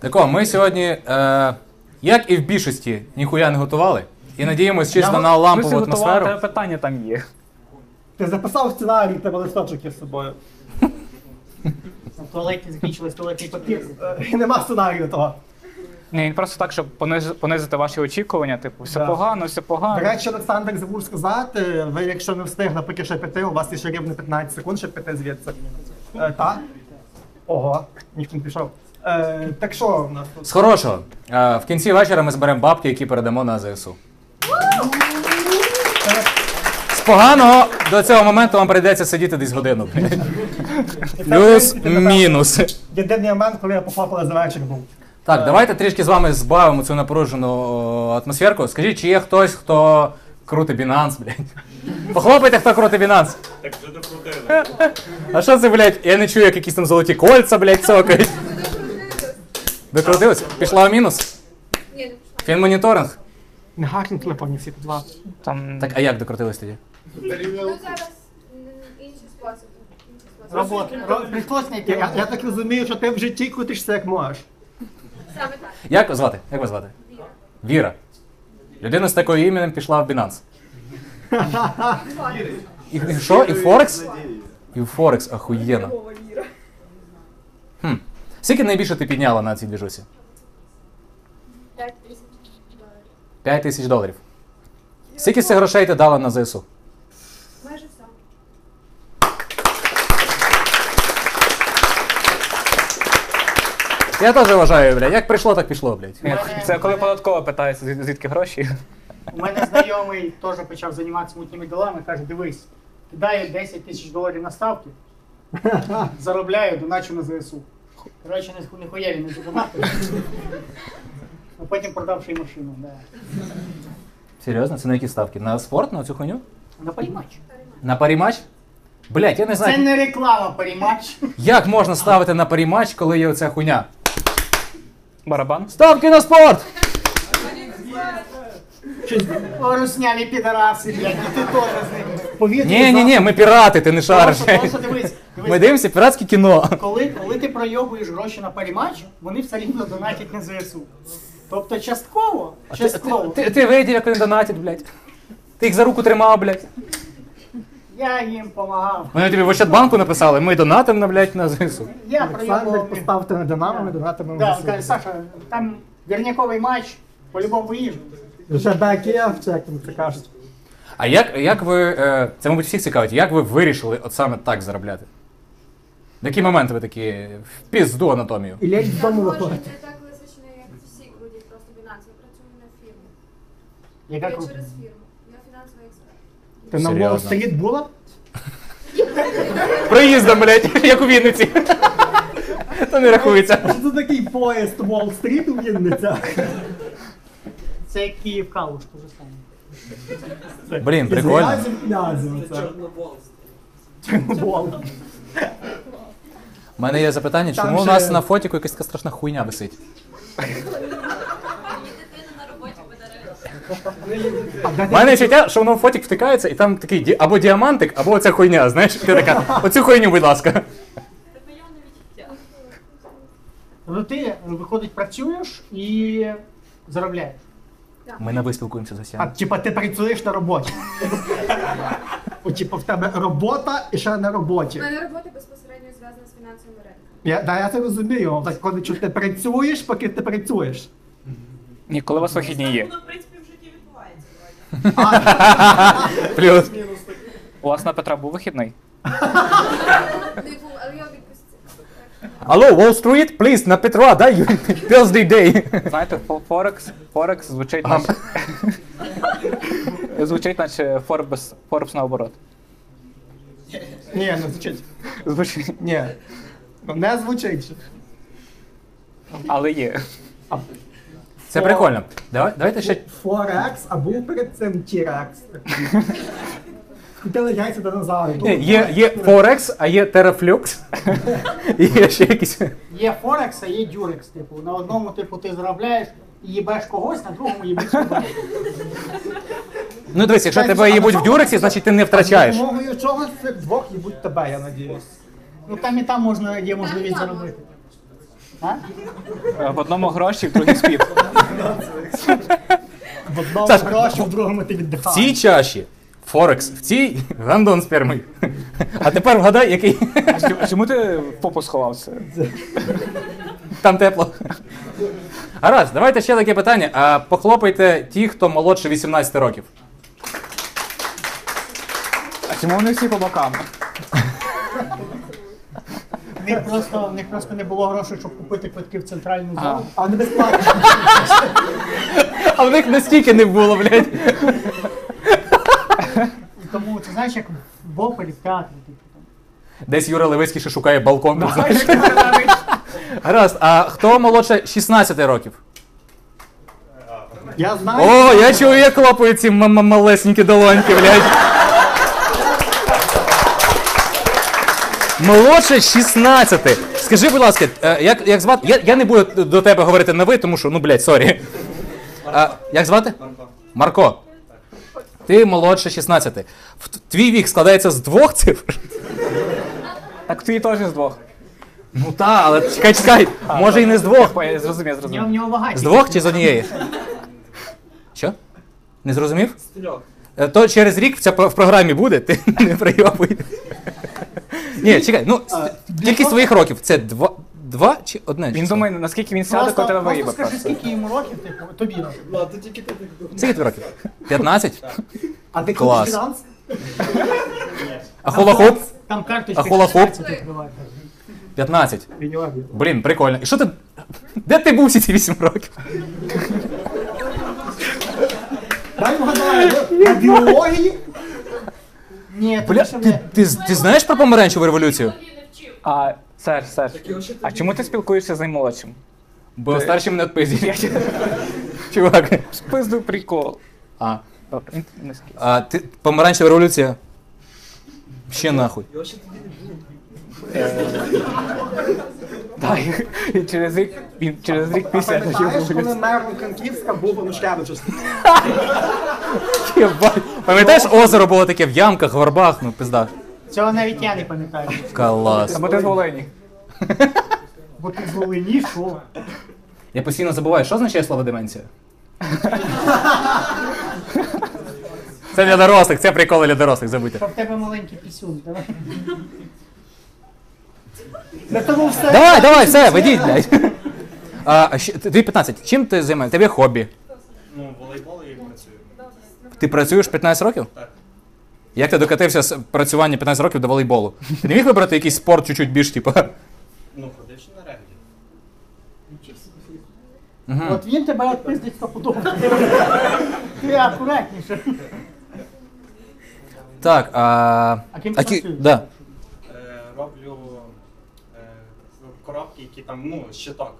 Так о, ми сьогодні, е, як і в більшості, ніхуя не готували. І надіємось чисто на лампову Ми готували, атмосферу. тебе питання там є. Ти записав сценарій, тебе листочок є з собою. В туалеті закінчились туалетний папір. Е, І нема сценарію того. Ні, він просто так, щоб пониз- понизити ваші очікування, типу, все Да. погано, все До погано. речі, Олександр забув сказати, ви якщо не встигли поки що піти, у вас є ще рівно 15 секунд, щоб піти звідси. Е, та? Ого, ніхто не пішов. Е, так що в нас тут? З хорошого. Е, в кінці вечора ми зберемо бабки, які передамо на ЗСУ. З поганого до цього моменту вам прийдеться сидіти десь годину. блядь. Плюс-мінус. Єдиний момент, коли я похлопали за вечір був. Так, давайте трішки з вами збавимо цю напружену о, атмосферку. Скажіть, чи є хтось, хто крутий Binance, блядь? Похлопайте, хто крутий Binance. Так вже докрутили. А що це, блядь? Я не чую, як якісь там золоті кольця, блядь, цокають. Докрутилось? Пішла в мінус? Ні, не Фінмоніторинг? Негарні телефоні всі тут два. Там... Так, а як докрутилось тоді? Ну зараз м, інший спосіб. інший спосіб. Ро- Я, я, я так розумію, що ти в житті крутишся як можеш. Саме так. Як вас звати? Як вас звати? Віра. Віра. Людина з такою іменем пішла в Binance. І, і що? І в Форекс? І в Форекс, ахуєнно. Хм. Скільки найбільше ти підняла на цій двіжусі? П'ять тисяч доларів. 5 тисяч доларів. Скільки з цих грошей ти дала на ЗСУ? Майже сам. Я теж вважаю, блядь. Як прийшло, так пішло, блядь. Ні, Це коли податкова питається, звід- звідки гроші. У мене знайомий теж почав займатися мутніми ділами, каже, дивись, кидає 10 тисяч доларів на ставки, заробляю, доначу на ЗСУ. Коротше, не ху- ніхуя він не задонатив. А потім продавши й машину. Да. Серйозно, це на які ставки? На спорт, на цю хуйню? На парімач. На паріматч? Блядь, я не Це знаю, не реклама парімач. як можна ставити на паріматч, коли є оця хуйня. Барабан. Ставки на спорт! Русняні підараси, блядь, і ти теж з ними. Повітря Ні, ні, ні, ми пірати, ти не шариш. Просто, просто дивись, Ми дивись. дивимося піратське кіно. Коли, коли ти пройобуєш гроші на парімач, вони все рівно донатять на ЗСУ. Тобто частково, частково. Ти, ти видів, як вони донатять, блядь. Ти їх за руку тримав, блядь. Я їм допомагав. Вони тобі в Ощадбанку написали, ми донатимо, на, блядь, на ЗСУ. Я Ну, Олександр проєбував. поставте на динамо, ми донатимо Да, на він каже, Саша, там вірняковий матч, по-любому їжу. Вже беків, чи як там це кажуть. А як, як ви. е, Це, мабуть, всіх цікавить, як ви вирішили от саме так заробляти? В який момент ви такі в пізду анатомію? І ледь з Я дому можу, не виходить. так височно, як всі круті, просто Binance. Я працюю на фірму. Яка Я крута. через фірму. Я фінансовий експерт. Ти на Серйозно? Уолл-стріт була? Приїздом, блядь, як у Вінниці. То не рахується. Що це такий поїзд Уолл-стріт у Вінниця? Це як Київ Калуш, то же саме. Блін, прикольно. Князем князем це. Чорнобол. У мене є запитання, Там чому у же- нас на фотіку якась така страшна хуйня висить? У мене відчуття, що воно в фотік втикається, і там такий ді- або діамантик, або оця хуйня. Знаєш, ти така, оцю хуйню, будь ласка. Ну, Тобто ти, виходить, працюєш і заробляєш. Ми не виспілкуємося з А гостями. типа ти працюєш на роботі. О, типа в тебе робота і ще на У роботі. мене робота безпосередньо зв'язана з фінансовими ринками. Я, да, я це розумію. Так коли що ти працюєш, поки ти працюєш. Ні, коли у вас вихідні є. Воно, в принципі, в житті відбувається. Плюс. У вас на Петра був вихідний? Не був, але я у відпустці. Так що ні. Алло, Wall Street, please, на Петра, дай Thursday day. Знаєте, фо- Форекс, Форекс звучить наче... звучить наче Форбс, Форбс наоборот. Ні, не звучить. Звучить, Ні. Ну, Не звучить. але є. Це прикольно. Давай, давайте ще. Форекс, а був перед цим Тірекс. Купили яйця динозаврів. Ні, Є, є Forex, а є Terraflux. І є ще якісь. Є Форекс, а є Дюрекс, типу. На одному, типу, ти заробляєш і їбеш когось, на другому їбеш когось. Ну дивись, якщо тебе їбуть в дюрексі, значить ти не втрачаєш. З допомогою чогось з цих двох їбуть тебе, я надіюсь. Ну там і там можна, є можливість Там заробити. можна. А? Е, В одному гроші, в другий спів. В одному Саш, гроші, в другому ти В віддихаєш. цій чаші Форекс, в цій гандон сперми. А тепер вгадай, який А чому- чому ти в попу сховався? там тепло. Гаразд, давайте ще таке питання. А похлопайте ті, хто молодше 18 років. А чому вони всі по бокам? В них просто, в них просто не було грошей, щоб купити квитки в центральну А. зону. А не безплатно. А в них настільки не було, блядь. І тому це знаєш, як в опері, в театрі. типу, там. Десь Юра Левицький ще шукає балкон. тут, знаєш. Гаразд, а хто молодше 16 років? Я знаю. О, я чую, як хлопають ці м- м- малесенькі долоньки, блядь. Молодше 16. Скажи, будь ласка, е, як, як звати? Я, я не буду до тебе говорити на ви, тому що, ну, блядь, сорі. А, як звати? Марко. Марко. Ти молодше 16. В- Твій вік складається з двох цифр? Так ти теж з двох. Ну так, але чекай, чекай. Може і не з двох. Ой, Я зрозумів, В нього, зрозумів. в нього вага. З двох чи з однієї? Що? Не зрозумів? З трьох. То через рік ця про- в програмі буде, ти не прийобуй. Ні, чекай, ну с- кількість твоїх років це два, два чи одне? Він число? думає, наскільки він сяде, Просто, коли тебе просто виїбе. скажи, просто. скільки йому років, типу, тобі років. Скільки тобі років? 15? А ти Клас. клас. фінанс? А хула-хуп? Там карточки. А хула-хуп? відкривати. 15. Блін, прикольно. І що ти. Де ти був всі ці 8 років? Дай вгадаю, на біології? Ні, Бля, тому що ти, ми... ти, з- ти знаєш про помаранчеву революцію? А, Серж, Серж, а чому ти спілкуєшся з наймолодшим? Бо старші мене відпиздять. Чувак. Спизду прикол. А. Добре, він не скільки. А ти помаранчева революція? Ще нахуй. Так, і через рік, він через рік після Пам'ятаєш, таких коли вулиць. мером Конківська був Онушкевич? Єбать. Пам'ятаєш, озеро було таке в ямках, в горбах, ну пизда. Цього навіть я не пам'ятаю. Клас. Або ти з Волині. Бо ти з Волині, що? Я постійно забуваю, що означає слово деменція? Це для дорослих, це приколи для дорослих, забудьте. Що в тебе маленький пісюн, давай. Для того все. Давай, давай, все, ведіть, блядь. А, а ще- тобі 15. Чим ти займаєшся? Тебе хобі. Ну, волейбол і працюю. Ти працюєш 15 років? Так. Як ти докатився з працювання 15 років до волейболу? Ти не міг вибрати якийсь спорт чуть-чуть більш, типу. Ну, ходив ще на регбі. От він тебе отпиздить стопудово. Ти акуратніше. Так, а. А ким ти А ки... працюєш? да. Е, роблю е, коробки, які там, ну, щиток.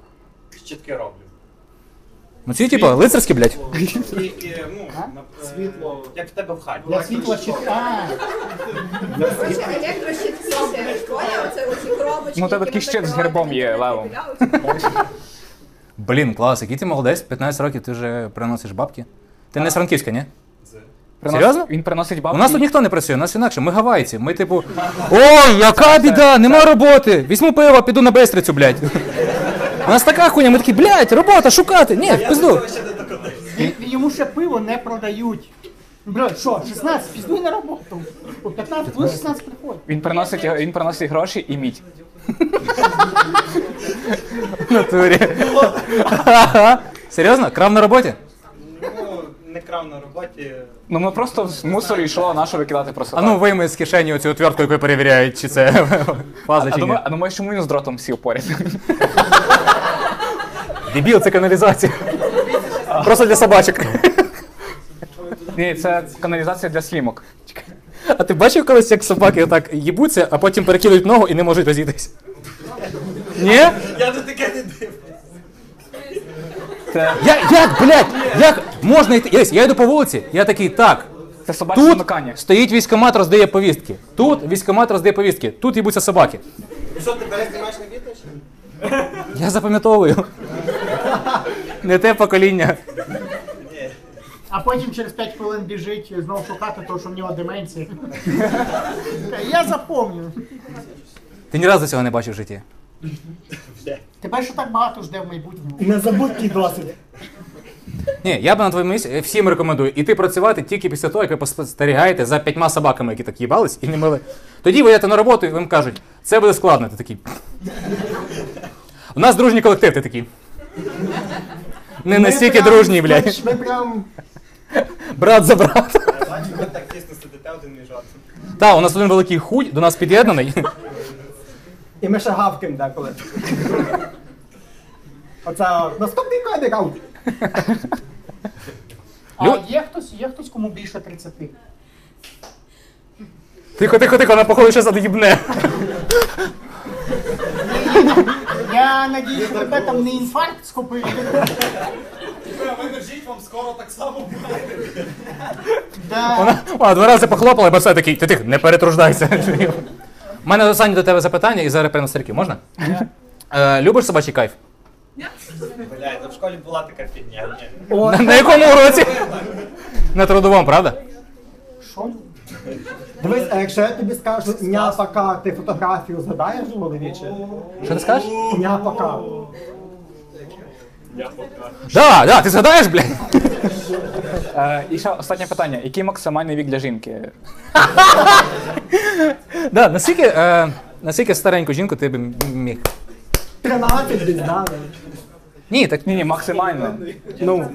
Щитки роблю. Ну ці, типу, лицарські, блядь. Тільки, ну, на, світло. Як в тебе в хаті. Для світла чітка. Короче, електрощитки ще. Поняв? Це оці коробочки. Ну, у тебе які такий ми щит з закривали, гербом там є кілька левом. кидали. Блін, клас, який ти молодець, 15 років ти вже приносиш бабки. Ти не з Франківська, ні? З- Принос- Серйозно? Він приносить бабки. У нас тут ніхто не працює, у нас інакше, ми гавайці. Ми типу. Ой, яка біда, нема роботи. Візьму пиво, піду на бестрицю, блядь. У нас така хуйня, ми такі, блядь, робота, шукати. Ні, в пизду. Він- Йому ще пиво не продають. Бля, що, 16, піздуй на роботу. У 15, коли 16 приходь. Він приносить, він приносить гроші і мідь. В натурі. Серйозно? Крам на роботі? Ну, не крав на роботі. Ну, ми просто з мусору йшло, а нащо викидати просто А так? ну вийми з кишені оцю отвертку, яку перевіряють, чи це фаза а чи ні. думаю, а думаєш, чому він з дротом сів поряд? Дебіл, це каналізація. Просто для собачок. Ні, це каналізація для слімок. А ти бачив колись, як собаки так їбуться, а потім перекидують ногу і не можуть розійтись? Ні? Я тут таке не див. Це, Я, як, блядь, як можна йти? Єсь, я йду по вулиці, я такий, так, це собаче тут замикання. стоїть військомат, роздає повістки. Тут військомат роздає повістки, тут їбуться собаки. І що, ти береш знімаєш на відео? чи ні? Я запам'ятовую. Не те покоління. А потім через 5 хвилин біжить знову шукати, того, що в нього деменція. Я запомню. Ти ні разу цього не бачив в житті. Тебе ще так багато жде в майбутньому. Незабутній досвід. Ні, я б на твоєму місці е, всім рекомендую іти працювати тільки після того, як ви спостерігаєте за п'ятьма собаками, які так їбались і не мили. Тоді ви йдете на роботу і вам кажуть, це буде складно. Ти такий. У нас дружній колектив, ти такий. Не настільки дружній, блядь. Ми прям Брат за брата. Бачу, ви так тісно сидите один між одним. Та, у нас один великий хуй до нас під'єднаний. І ми ще гавким деколи. Оце от, наступний кодик, ау! А Лю- є хтось, є хтось, кому більше 30? Тихо, тихо, тихо, вона походу ще задоїбне. Я надіюсь, що тебе там не інфаркт схопив. Ви держіть вам скоро так само буде. Да. Вона, вона два рази похлопала, бо все такий, ти тих, не перетруждайся. У мене останнє до тебе запитання і зараз прямо старики, можна? Е, любиш собачий кайф? Блядь, ну в школі була така фігня. ні. На, на якому уроці? На трудовому, правда? Що? Дивись, а якщо я тобі скажу ня-пока, ти фотографію згадаєш в голові чи? Що ти скажеш? Ня-пока. Я покажу. Да, да, ти згадаєш, блядь? Е, І ще останнє питання: який максимальний вік для жінки? Е, Да, наскільки, е, наскільки стареньку жінку ти б м- міг? 13 десь, да? Ні, так Ні, ні, максимально. Ну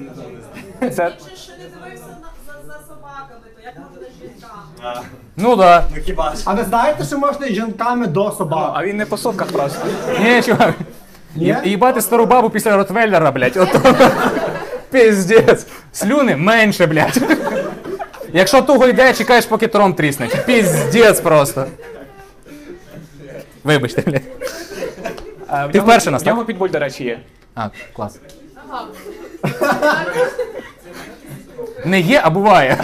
це Якщо ще не дивився на- за, за собаками, то як може за жінками? А, ну да. Ну хіба ж? А ви знаєте, що можна і жінками до собак? а він не по сотках просто. Ні, чувак. Ні? І- Їбати стару бабу після ротвейлера, блядь. От то. Піздець. Слюни менше, блядь. Якщо туго йде, чекаєш, поки трон трісне. Піздець просто. Вибачте, блядь. Е, в Ти нього- вперше нас, В нього підбуль, до речі, є. А, клас. Не є, а буває.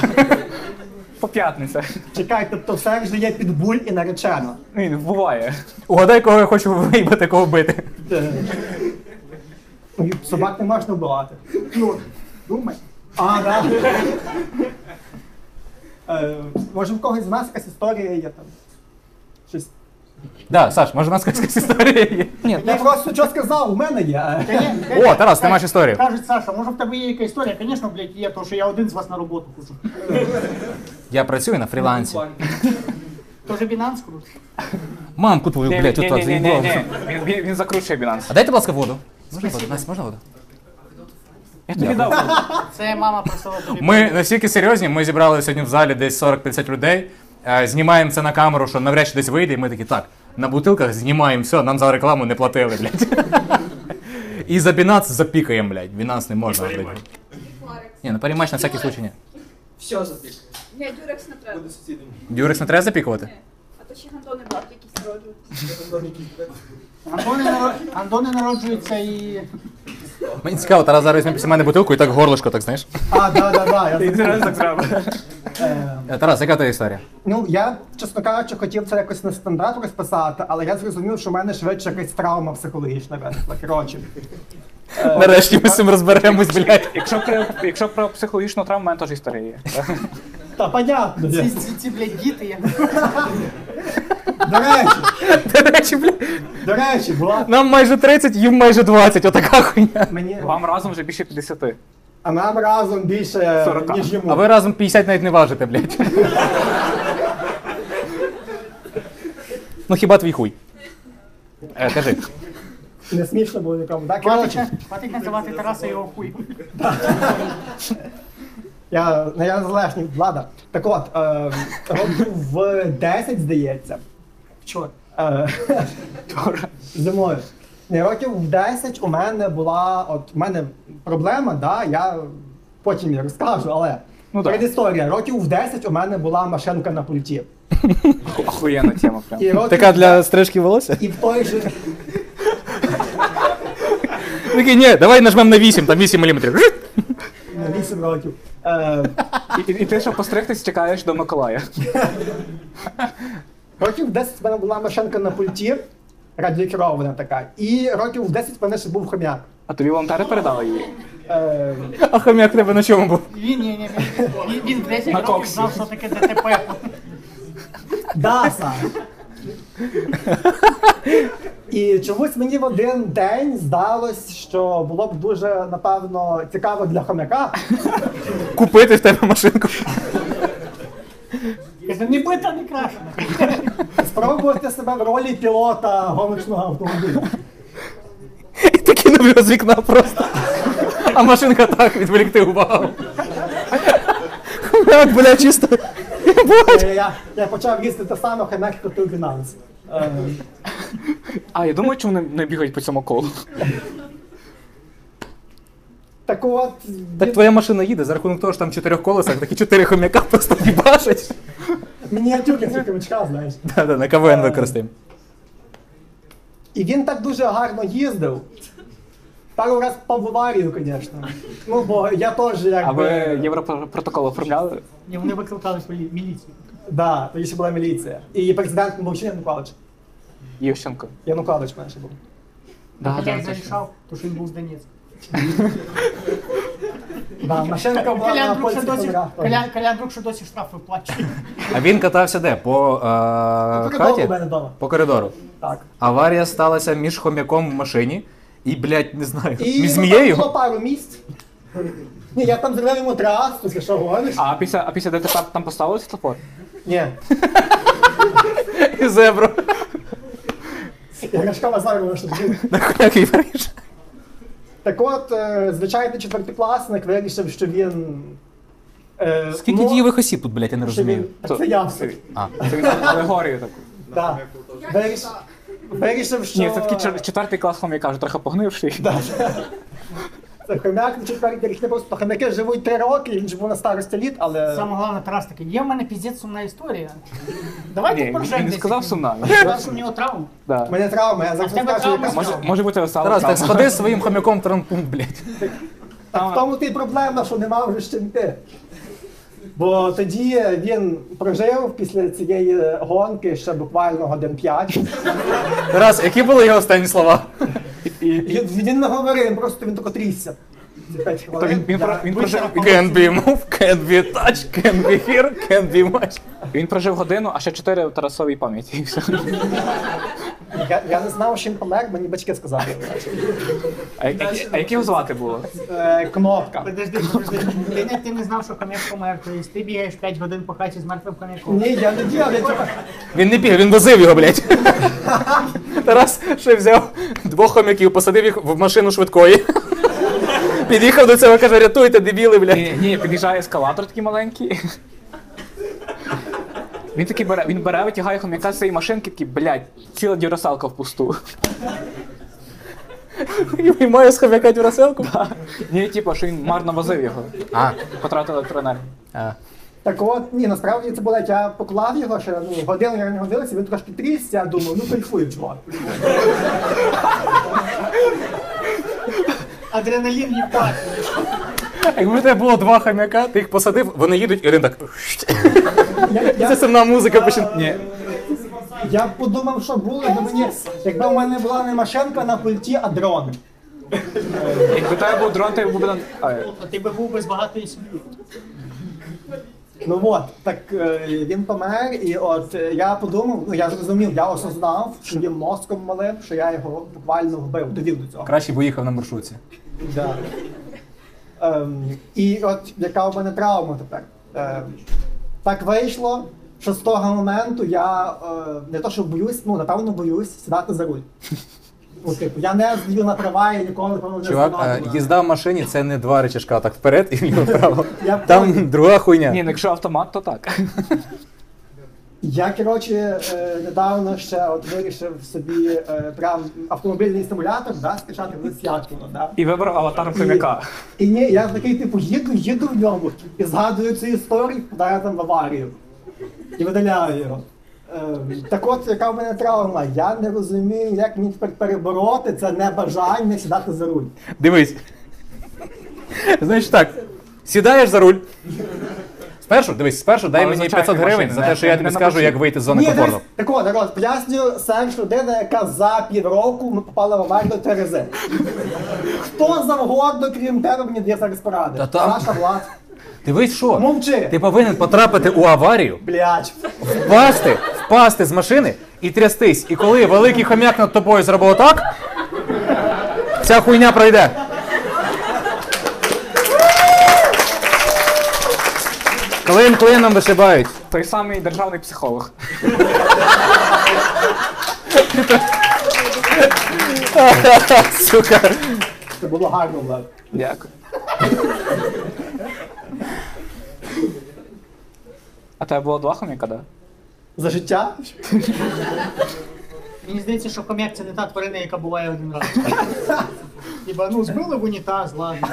По п'ятницях. Чекай, тобто все вже є підбуль і наречена. Ні, буває. Угадай, кого я хочу виїбати, кого бити. Ой, Е, Собак не можна вбивати. Ну, думай. А, да. Е, Може в когось з нас якась історія є там. Щось. Да, Саш, може у нас якась історія є? Я просто що сказав, у мене є. а. О, Тарас, ти маєш історію. Кажуть, Саша, може в тебе є яка історія? Звісно, блядь, є, тому що я один з вас на роботу хожу. Я працюю на фрілансі. Тоже Binance крутить. Мамку твою, блядь, отак заїбав. Ні-ні-ні-ні-ні. Він- Він він закручує Binance. А дайте, будь ласка, воду. Можна воду? Настя, можна воду? Я тобі дав. Це мама просила тобі. Ми настільки серйозні, ми зібрали сьогодні в залі десь 40-50 людей. е, Знімаємо це на камеру, що навряд чи десь вийде, і ми такі так. На бутилках знімаємо все, нам за рекламу не платили, блядь. І за Binance запікаємо, блядь. Binance не можна. блядь. Ні, на парімач на всякий случай. ні. Все запікає. Ні, дюрекс не треба. Дюрекс не треба запікувати? А то ще гандони брат якісь народжують. Антони, наро- Антони народжуються і. Мені цікаво, Тарас зараз візьме після мене бутилку і так горлышко, так знаєш. А, да, да, да. я Ти зараз так зробив. Е, Е, Тарас, яка твоя історія? Ну, я, чесно кажучи, хотів це якось на стандарт розписати, але я зрозумів, що в мене швидше якась травма психологічна виникла. Коротше, Нарешті ми з цим розберемось, блядь. Якщо про- Якщо про психологічну травму, в мене теж історія є. та понятно. Ці, ці, ці блядь, діти. Я... До речі, До речі, блядь, до речі, була нам майже 30, їм майже 20, отака хуйня. мені. Вам разом вже більше 50. А нам разом більше, 40. ніж йому. А ви разом 50 навіть не важите, блядь. Ну хіба твій хуй? Е, кажи. Не смішно було нікому. Так, Хватить, коротше, на- хватить називати Тараса його хуй. я, ну, я незалежний, влада. Так от, е, років в 10, здається. Чорт. Е, Зимою. Ні, Років в 10 у мене була, от у мене проблема, да, я потім її розкажу, але Ну да. предісторія. Років в 10 у мене була машинка на пульті. Охуєнна тема прям. І, років, Така для стрижки волосся? і в той же Такий, ні, давай нажмем на 8, там 8 мм. 8 років. Е, І, і ти, щоб постригтись, чекаєш до Миколая. років в 10 у мене була машинка на пульті, радіокерована така. І років в 10 у мене ще був хом'як. А тобі волонтери передали її? Е, А хомяк тебе на чому був? Він, ні, ні, він, він 10 На років коксі. знав, що таке ДТП. Даса. І чомусь мені в один день здалось, що було б дуже напевно цікаво для хомяка. Купити в тебе машинку. Кажу, не бита, не краще. Спробувати себе в ролі пілота гоночного автомобіля. І такий набив з вікна просто. А машинка так відволікти увагу. Хомяк, бля, чисто. Е, Я, я почав їсти те саме хомяк крутив фінанс. Ем, А я думаю, чому вони не бігають по цьому колу. Так от Так твоя машина їде за рахунок того, що там чотирьох колесах, такі чотири хомяка просто їбашать. мініатюрки з хомячка, знаєш. Да-да, на КВН використаємо. І він так дуже гарно їздив. Пару раз впав в аварію, звісно. Ну, бо я теж якби. А ви європротокол оформляли? Ні, вони викликали свої міліцію. Да, тоді ще була міліція. І президент був ще Янукович. Ющенко. Янукович менше був. Да, Я їх да, точно. зарішав, тому що він був з Донецька. Да, Машенка була на Колян друг, польських що досі, номерах. теж. Колян, Колян друг, що досі штраф виплачує. А він катався де? По е, коридору хаті? у мене вдома. По коридору. Так. Аварія сталася між хомяком в машині і, блядь, не знаю, І між там змією. було пару місць. Ні, я там зробив йому трасу, ти що гониш? А після, а після ДТП там поставили світлофор? Ні. І зебру. Іграшка Мазарова, щоб він На хомяк і виріш. Так от, е, звичайний четвертикласник вирішив, що він. е, Скільки ну, дієвих осіб тут, блядь, я не що розумію. він. Так це я все. А. Це він алегорію таку. Да. Виріш- Вирішив, що. Ні, це такий чер- четвертий клас хомяка, вже трохи погнивший. Це хомяк на четвертий рік не просто хомяки живуть три роки, він живе на старості літ, але. Саме головне, Тарас такий, є в мене піздець сумна історія. Давайте Ні, він не поржемося. сказав сумна. Він сказав, що в нього травма. У Да. мене травма, я зараз А в тебе розкажу, травма? яка Може, може бути весело. Тарас, так сходи з своїм хомяком в травмпункт, блядь. Так в тому ти й проблема, що нема вже з чим ти. Бо тоді він прожив після цієї гонки ще буквально годин 5. Тарас, які були його останні слова? Він, він не говорив, просто він тако трісся. Ці п'ять То він, хвилин. він, Я- про- він, прожив, Can be move, can be touch, can be here, can be much. він прожив годину, а ще чотири в Тарасовій пам'яті. і все. Я, я не знав, що він помер, мені батьки сказали. А, я- я- а яким звати було? Е, кнопка. Подожди, подожди. Ти не, ти не знав, що хомяк помер, то есть ти бігаєш 5 годин по хаті з мертвим хомяком. Ні, я не діяв, я типу, тільки- Він не біг, він возив його, блядь. Тарас ще взяв двох хомяків, посадив їх в машину швидкої. Під'їхав до цього, каже, рятуйте, дебіли, блядь. Ні, ні, під'їжджає ескалатор такий маленький. Він такий бере, він бере, витягає хом'яка з цієї машинки, такий, блядь, ціла дюрасалка впусту. І виймає з хомяка дюраселку. Ні, типу, що він марно возив його, А, потратив електроенергію. а. Так от, ні, насправді це було, я поклав його ще ну, годину, я не годилася, він трошки трісся, я думаю, ну кайфую, чувак. Адреналін не падає. Якби в тебе було два хомяка, ти їх посадив, вони їдуть, і один так. Я, І Це я, сумна музика починає. Ні. я подумав, що було, але мені, якби в мене була не машинка на пульті, а дрон. Якби тебе був дрон, ти був би на. А, А ти би був без багатої сім'ї. Ну от, так е, він помер, і от е, я подумав, ну я зрозумів, я осознав, що він мозком малим, що я його буквально вбив, довів до цього. Краще б уїхав на маршрутці. Да. Ем, і от яка в мене травма тепер. Ем, так вийшло, що з того моменту я е, не то, що боюсь, ну напевно боюсь сідати за руль. Ну, типу, я не здаю на права і ніколи напевно, не Чувак, а, здаватиму. їзда в машині це не два речашка, так вперед і вліво вправо. Я Там друга ні, хуйня. ну якщо автомат, то так. Я коротше е, недавно ще от вирішив собі е, прям автомобільний симулятор, да, скачати в Лисяткіно, да. І вибрав аватар хом'яка. І ні, я такий, типу, їду, їду в ньому і згадую цю історію, куди я там в аварію. І видаляю його. Ем, так от, яка в мене травма? Я не розумію, як мені тепер перебороти це небажання сідати за руль. Дивись. Значить так, сідаєш за руль. Спершу, дивись, спершу дай Але мені звичайно, 500 гривень машина, за те, що я не- тобі не скажу, напиши. як вийти з зони комфорту. дивись, так от, народ, пояснюю, Серж людина, яка за півроку попала в аварію ТРЗ. Хто завгодно, крім тебе, мені дає зараз поради. Та там- Наша влада. Дивись, що? Мовчи! Ти повинен потрапити у аварію, Блядь. впасти, впасти з машини і трястись. І коли великий хомяк над тобою зробив так, ця хуйня пройде. Клин клином вишибають. Той самий державний психолог. Сука. Це було гарно, Влад. Дякую. А тебе було два хомяка, да? За життя? Мені здається, що хомяк це не та тварина, яка буває один раз. Хіба ну збили в унітаз, ладно.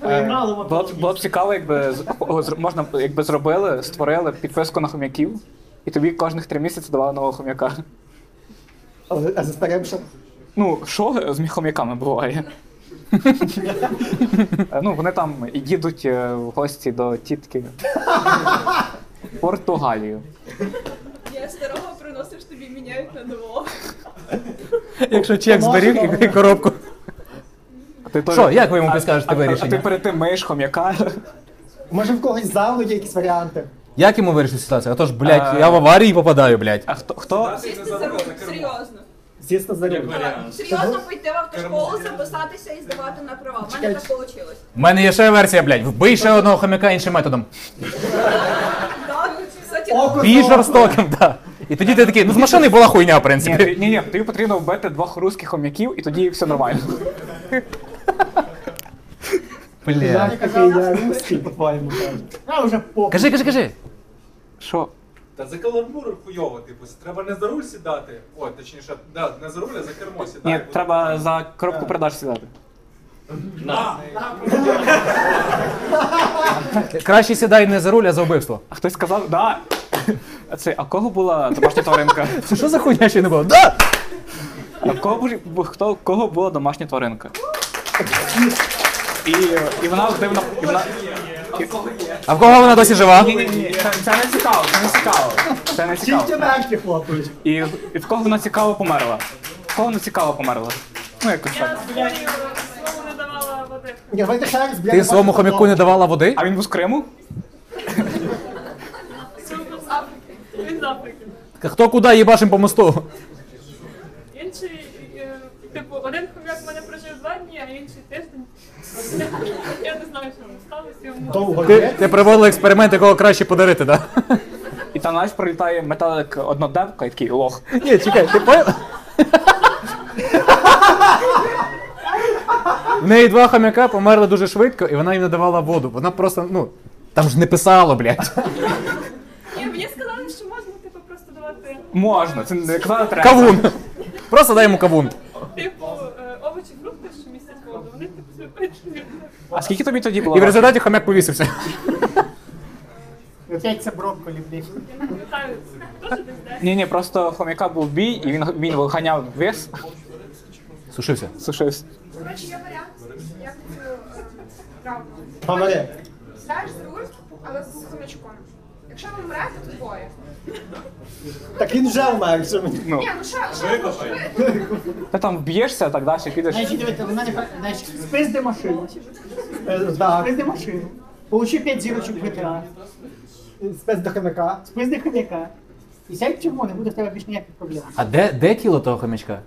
Поіграли в Було б, було б цікаво, якби з- о, зр- можна б- якби зробили, створили підписку на хом'яків, і тобі кожних три місяці давали нового хом'яка. Але- А за старим що? Ну, що з мі- хом'яками буває? Е, ну, вони там їдуть е, в гості до тітки. В Португалію. Я старого приносиш, тобі міняють на нового. Якщо чек зберіг і коробку. А ти той- Що, як ви йому А- підскажете а- а- А вирішення? ти перед тим миєш хом'яка. Може в когось з залу є якісь варіанти? Як йому вирішити ситуацію? А то ж, блядь, Е. я в аварії попадаю, блядь. А хто, хто, Сісти за руку, серйозно. З'їсти за руль. Серйозно піти в автошколу, записатися і здавати на права. У мене так вийшло. У мене є ще версія, блядь. Вбий ще одного хомяка іншим методом. Так, кстати, Око Бій за око. жорстоким, да. І тоді ти такий, ну з машини була хуйня, в Ні, принципі. ти- ні, ні, тобі потрібно вбити двох руських хом'яків, і тоді все нормально. Блядь. Я такий, я русський, по-твоєму. кажу. А вже похуй. Кажи, кажи, кажи. Що? Та за каламбур хуйово, типу, треба не за руль сідати. Ой, точніше, да, не за руль, а за кермо сідати. Ні, Бо- треба за коробку продаж сідати. Краще сідай не за руль, а за вбивство. А хтось сказав, да. А Це, а в кого була домашня тваринка? Це що за хуйня ще не було? Да! А в кого, бу- бу- хто, в кого була домашня тваринка? І, і вона дивно. І вона... А в кого вона досі жива? Ні, ні, ні, це, це не цікаво, це не цікаво. Це не цікаво. Тільки мерки хлопають. І, і в кого вона цікаво померла? В кого вона цікаво померла? Ну якось так. Слово не давала води. Ні, давайте шарик зб'ємо. Ти своєму хомяку не давала води? А він був з Криму? Сьогодні з Африки. Він з Африки. Хто куди їбашим по мосту? Інший, е, типу, один хом'як в мене прожив два дні, а інший тиждень. Я не знаю, що сталося йому. Довго Ти, є. ти проводила експеримент, якого краще подарити, да? І там знаєш, прилітає металик однодевка і такий лох. Ні, чекай, ти поняла? В неї два хомяка померли дуже швидко, і вона їм надавала воду. Вона просто, ну, там ж не писало, блядь. Ні, мені сказали, що можна типу просто давати Можна, це не казали треба. Кавун. Просто дай йому кавун. типу е, овочі, фрукти, що містять воду. Вони типу собі перечують. А скільки тобі тоді було? І в результаті хомяк повісився. Опять це брокколі, блін. Я не пам'ятаю. Теж десь десь. Ні, ні, просто хомяка був бій, і він він виганяв вес, Сушився. сушився. Коротше, є варіант, як цю е, травму. Говори. Сідаєш за руль, але з хомячком. Якщо ви вмрете, то двоє. Так він вже вмер, що мені. Ну, Ні, ну ще, ще ви- ти там вб'єшся, а так далі підеш. Значить, дивіться, вона не пра- значить, спизди машину. Е, Так. Спизди машину. Получи 5 зірочок в ГТА. Спец до хомяка. Спизди хом'яка. І сядь в тюрму, не буде в тебе більш ніяких проблем. А де, де тіло того хомячка?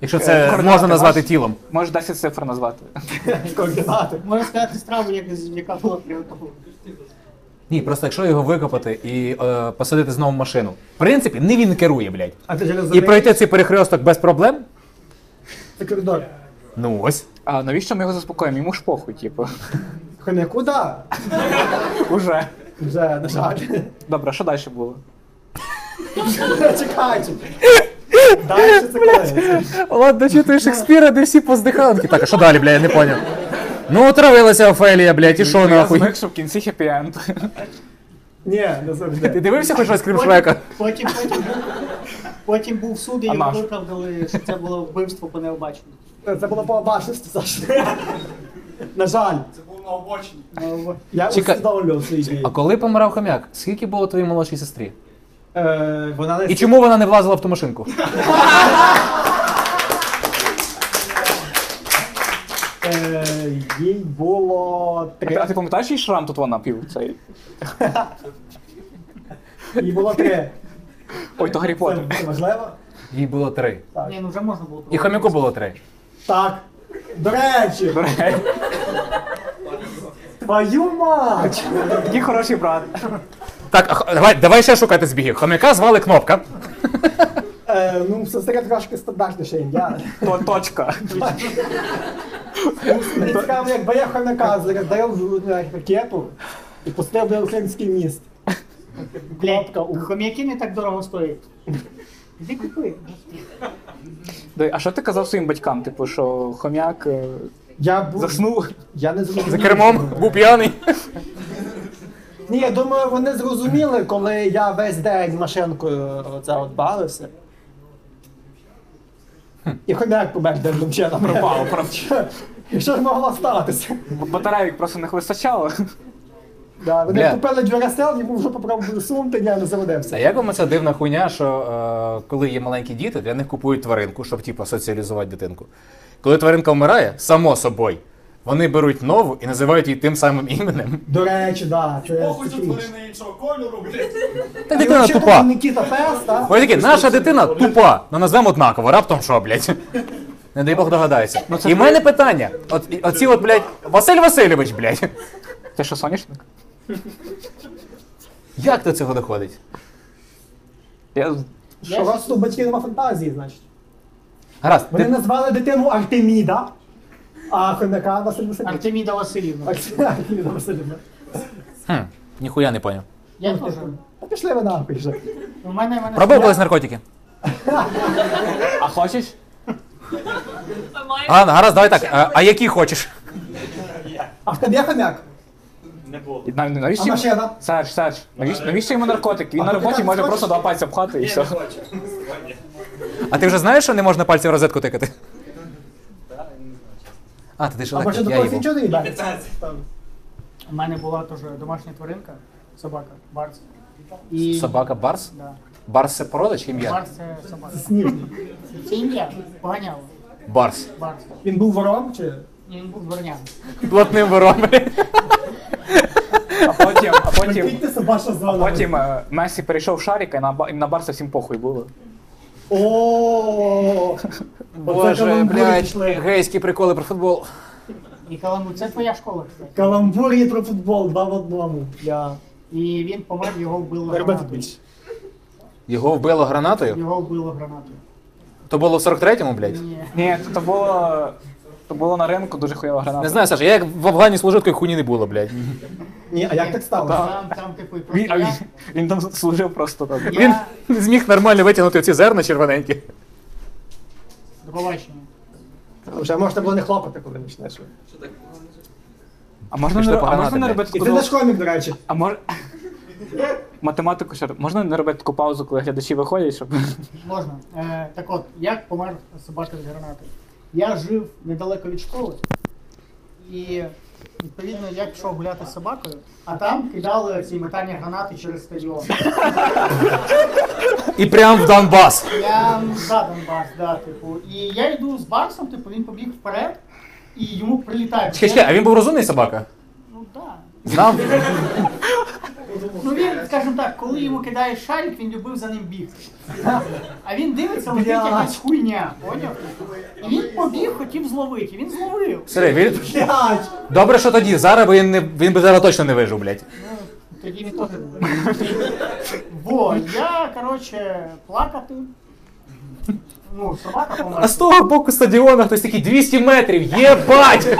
Якщо Е, це координати можна назвати бачиш? тілом. Можеш 10 цифр назвати. Координати. Можна сказати страву, як, з- яка була приготовлена. Ні, просто якщо його викопати і е, посадити знову в машину. В принципі, не він керує, блядь. А ти ж І розумієш, пройти цей перехресток без проблем. це коридор. Ну ось. А навіщо ми його заспокоїмо? Йому ж похуй, типу. Хомяку, да. Уже. Вже, на жаль. Добре, що далі було? Чекайте. Далі це коли? Ладно, чути Шекспіра, де всі поздихали. Такі, Так, а що далі, блядь, я не поняв. Ну, отравилася Офелія, блядь, і що Ну, я нахуй? звик, що в кінці хеппі-енд. Ні, не Ти завжди. дивився хоч щось крім Шрека? Потім, потім, потім був суд, і А його наш? виправдали, що це було вбивство по необаченню. Це було по обачності, Саша. На жаль. Це було на обочині. Я Чекай. усвідомлював свої дії. А коли помирав хомяк, скільки було твоїй молодшій сестрі? Е, Вона не І чому вона не влазила в ту машинку? Е, їй було А ти- А три. ти пам'ятаєш її шрам тут вона пів цей? Їй було три. Ой, то Гаррі Поттер. Це можливо? Їй було три. Ні, ну вже можна було І хомяку було три. Так. До речі, твою мать! Який хороший брат. Так, а х- давай, давай ще шукати збіги. Хомяка звали кнопка. Е, ну, все таке трошки стандартніше ім'я. То точка. Мені цікаво, якби я хомяка зарядив ракету і пустив би український міст. Блядь, хом'яки не так дорого стоять. Іди купи. Дай, А що ти казав своїм батькам? Типу, що хом'як е, Я був. заснув? Я не зрозумів. За кермом був п'яний. Ні, я думаю, вони зрозуміли, коли я весь день машинкою оце от балився. І хомяк помер дивним чином. Пропав, правда. І що ж могло статися? Батареїк просто не вистачало. Да, вони Бля. купили Duracell, йому вже попробували сунути, я не А заводився. як вам ця дивна хуйня, що е, коли є маленькі діти, для них купують тваринку, щоб типу, соціалізувати дитинку. Коли тваринка вмирає, само собою, вони беруть нову і називають її тим самим іменем. До речі, да, це Похуй тут такий. тварини іншого кольору, блядь. Та І дитина взагалі, тупа. Нікіта Пес, так? Вони такі, наша дитина тупа, ну назвемо однаково, раптом що, блядь. Не дай Бог догадається. Ну, І в мене питання. От, і- оці от, блядь, Василь Васильович, блядь. Ти що, соняшник? Як до цього доходить? Я Що просто у батьків нема фантазії, значить. Гаразд, Вони ти, назвали дитину Артеміда, а хомяка Василь Васильович. Артеміда Васильівна. Артеміда Васильівна. хм, ніхуя не поняв. Я теж. Та пішли ви нахуй вже. У мене в мене. Пробував колись наркотики? А хочеш? А має Ладно, гаразд, давай так. А, а які хочеш? А в тебе є хомяк? Не було. І нав- Навіщо? А йому- машина? Серж, Серж, навіщо, навіщо йому наркотик? Він А на ти роботі так може хочеш? просто два пальця пхати і Я не ну, все. хочу. Ладно. А ти вже знаєш, що не можна пальцем в розетку тикати? Да, я не знаю, чесно. А, ти ти ж А може електрик, до я когось їбу. нічого не їбе? 15. У мене була теж домашня тваринка, собака, барс. І... Собака Барс? Да. Барс це порода чи ім'я? Барс це собака. Сніжний. Це ім'я. Поганяло. Барс. Барс. Він був вором чи? І він був дворняний. Блатним вором. А потім, а потім, Прикиньте собача а зона. потім е, Месі перейшов в шарик, і на, ба- і на Барса всім похуй було. О, Боже, каламбури блядь, пішли. гейські приколи про футбол. І Каламбу, це твоя школа, кстати. Каламбурі про футбол, два в одному. Бля. І він помер, його вбило Не роби тут гранатою. більше. Його вбило гранатою? Його вбило гранатою. То було в 43-му, блядь? Ні. Ні, то було, то було на ринку дуже хуйова Не граната. знаю, Саша, я як в Афгані служив, такої хуйні не було, блядь. Ні, а як так сталося? Там, там типу, і просто Він, а він, я, він там служив просто так. Він я не зміг нормально витягнути оці зерна червоненькі. до побачення. Вже можна було не хлопати, коли почнеш. А можна, Пішли не, по а гранати, можна не блядь. робити І таку ти наш дов- комік, до речі. А може... Математику ще раз. можна не робити таку паузу, коли глядачі виходять, щоб. Можна. Е, так от, як помер собака з гранатою? Я жив недалеко від школи, і відповідно я пішов гуляти з собакою, а там кидали ці метальні гранати через стадіон. І прям в Донбас. Я за Донбас, да, типу. І я йду з Барсом, типу, він побіг вперед, і йому прилітає. Чекай, чекай, а він був розумний собака? Ну да. Знав? Ну він, скажімо так, коли йому кидає шарик, він любив за ним бігти. А він дивиться, летить Блядь. якась хуйня, поняв? І він побіг, хотів зловити, і він зловив. Сири, він... Блядь. Добре, що тоді. Зараз би він, не... він би зараз точно не вижив, блядь. Тоді він теж Бо я, коротше, плакати. Ну, собака А помер. з того боку стадіона хтось такий 200 метрів, єбать!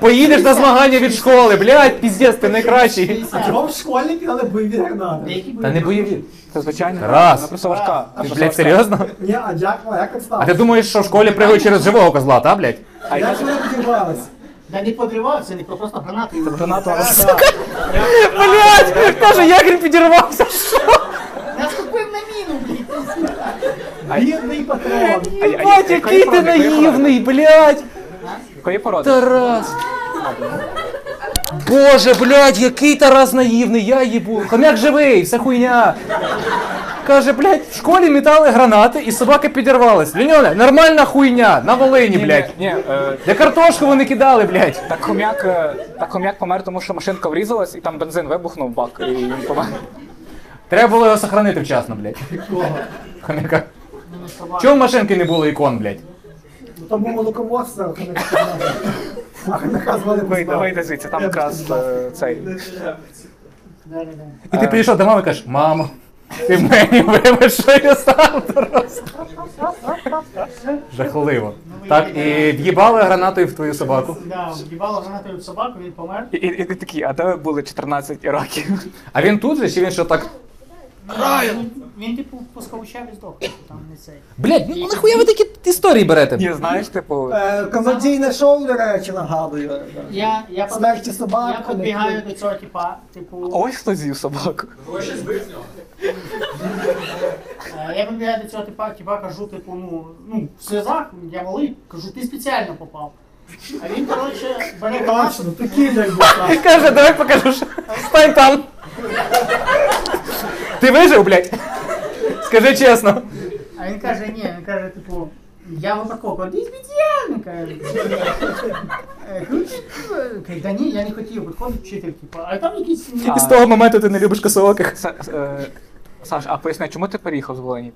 Поїдеш на змагання від школи, блядь, піздець, ти найкращий. А чого в школі кидали бойові гранати? Деякі Та не бойові. Це звичайно. Раз. Вона просто важка. Ти, блядь, серйозно? Ні, а як, а як так А ти сталося? думаєш, що в школі пригають через живого козла, та, блядь? А Як я ж вони підірвались? Я не подривався, не просто гранати. граната Блядь, каже, як підірвався. Наступив на міну, блін. Бідний патрон. Єбать, який ти наївний, блядь! Якої породи? Тарас. Боже, блядь, який Тарас наївний, я їбу. Хомяк живий, все хуйня. Каже, блядь, в школі метали гранати і собаки підірвались. Ліньоне, нормальна хуйня, на Волині, блядь. Ні, ні, е, Де картошку вони кидали, блядь. так хом'як, е, так хом'як помер, тому що машинка врізалась і там бензин вибухнув в бак, і він помер. Треба було його сохранити вчасно, блядь. Хомяка. Чому в машинки не було ікон, блядь? Тому молокомов все А хомяка звали Вийди, Богдан. вийди звідси, там якраз е, цей. Да-да-да. І ти прийшов до мами і кажеш, мамо, ти мені вибач, що я став дорослим. Жахливо. Так, і в'їбали гранатою в твою собаку. Да, вбивала гранатою в собаку, він помер. І, і, і ти такий, а де ви були 14 років? А він тут же, чи він що так? Він, він типу поскавучав і здох. Там не цей. Блядь, ну нахуя ви такі історії берете? Ні, знаєш, типу, Е, Комедійне шоу, до речі, нагадую. Я, я, Смерті я собак. підбігаю до цього типа, типу, ось хто з'їв собаку. е, я підбігаю до цього типа, типа кажу, типу, ну, ну, в сльозах, я малий, кажу, ти спеціально попав. А він, коротше, бере калаш, Точно, такий ну, як був. Каже, давай покажу, що стань там. Ти вижив, блядь? Скажи чесно. а він каже, ні, він каже, типу, я випадково, кажу, ти спеціально, каже. Е, «Ну, ти, е, Каже, да ні, я не хотів, підходить вчитель, типу, а там якісь... ну, І з того моменту ти не любиш косооких. Са- е, Саш, а поясни, чому ти переїхав з Волині?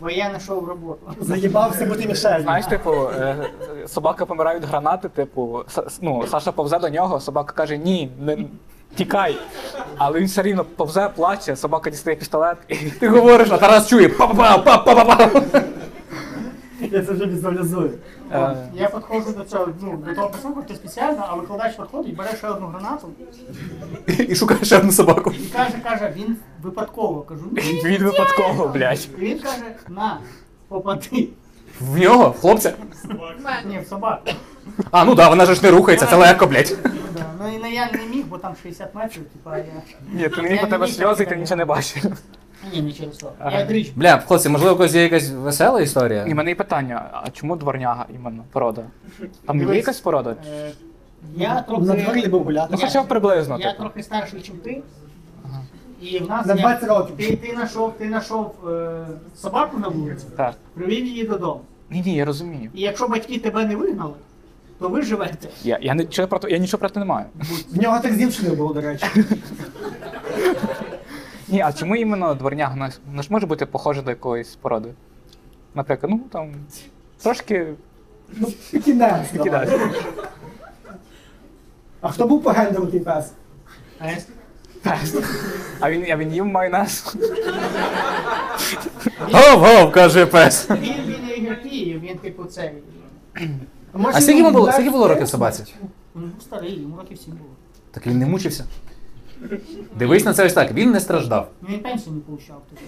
Бо я знайшов роботу. Заїбався бути мішель. Знаєш, типу, е, собака помирає від гранати, типу, Са- ну, Саша повзе до нього, собака каже, ні, не тікай. Але він все рівно повзе, плаче, собака дістає пістолет і Ти говориш, а Тарас чує. Па-па-па, па-па-па. Я це вже візуалізую. е, Я підходжу до цього, ну, до того пацанку, ти спеціально, а викладач підходить, бере ще одну гранату І шукаєш ще одну собаку. і каже, каже, він випадково. Кажу, «Ні». він випадково, блядь. і він каже, на, попади. В нього? В Хлопця? Ні, в собаку. А, ну да, вона же ж не рухається, це легко, блядь. Да. Ну і на я не міг, бо там 60 метрів, типа я. Ні, ти мені Я по тебе не сльози, і ти знаю. нічого не бачив. Ні, нічого не стало. Я дріч. Бля, хлопці, можливо, у когось є якась весела І в історія? мене є питання, а чому дворняга іменно порода? Там є Дивись, якась порода? Е, Я Ну, На дворі трохи, любив гуляти. Ну хоча б приблизно, я типу. трохи старший, ніж ти. І в нас На я- 20 років. Ти, ти знайшов ти знайшов, е, собаку на вулиці, Так. привів її додому. Ні, ні, я розумію. І якщо батьки тебе не вигнали, то ви живете. Я, я, не, чого проти, я нічого проти не маю. В нього так з дівчиною було, до речі. Ні, а чому іменно дворняга? Вона ж- Вона ж може бути похожа до якоїсь породи. Наприклад, ну там трошки Ну, кінець. давай. кидає. А хто був по гендеру тій пес? А я А він, а він їв майонез. Гов-гов, каже пес. Він він не ігроки, він типу це. Може, А скільки йому йому було, дати скільки було років пес? собаці? Він був старий, йому років сім було. Так він не мучився. Дивись на це ось так, він не страждав. Ну, Він пенсію не получав тоді.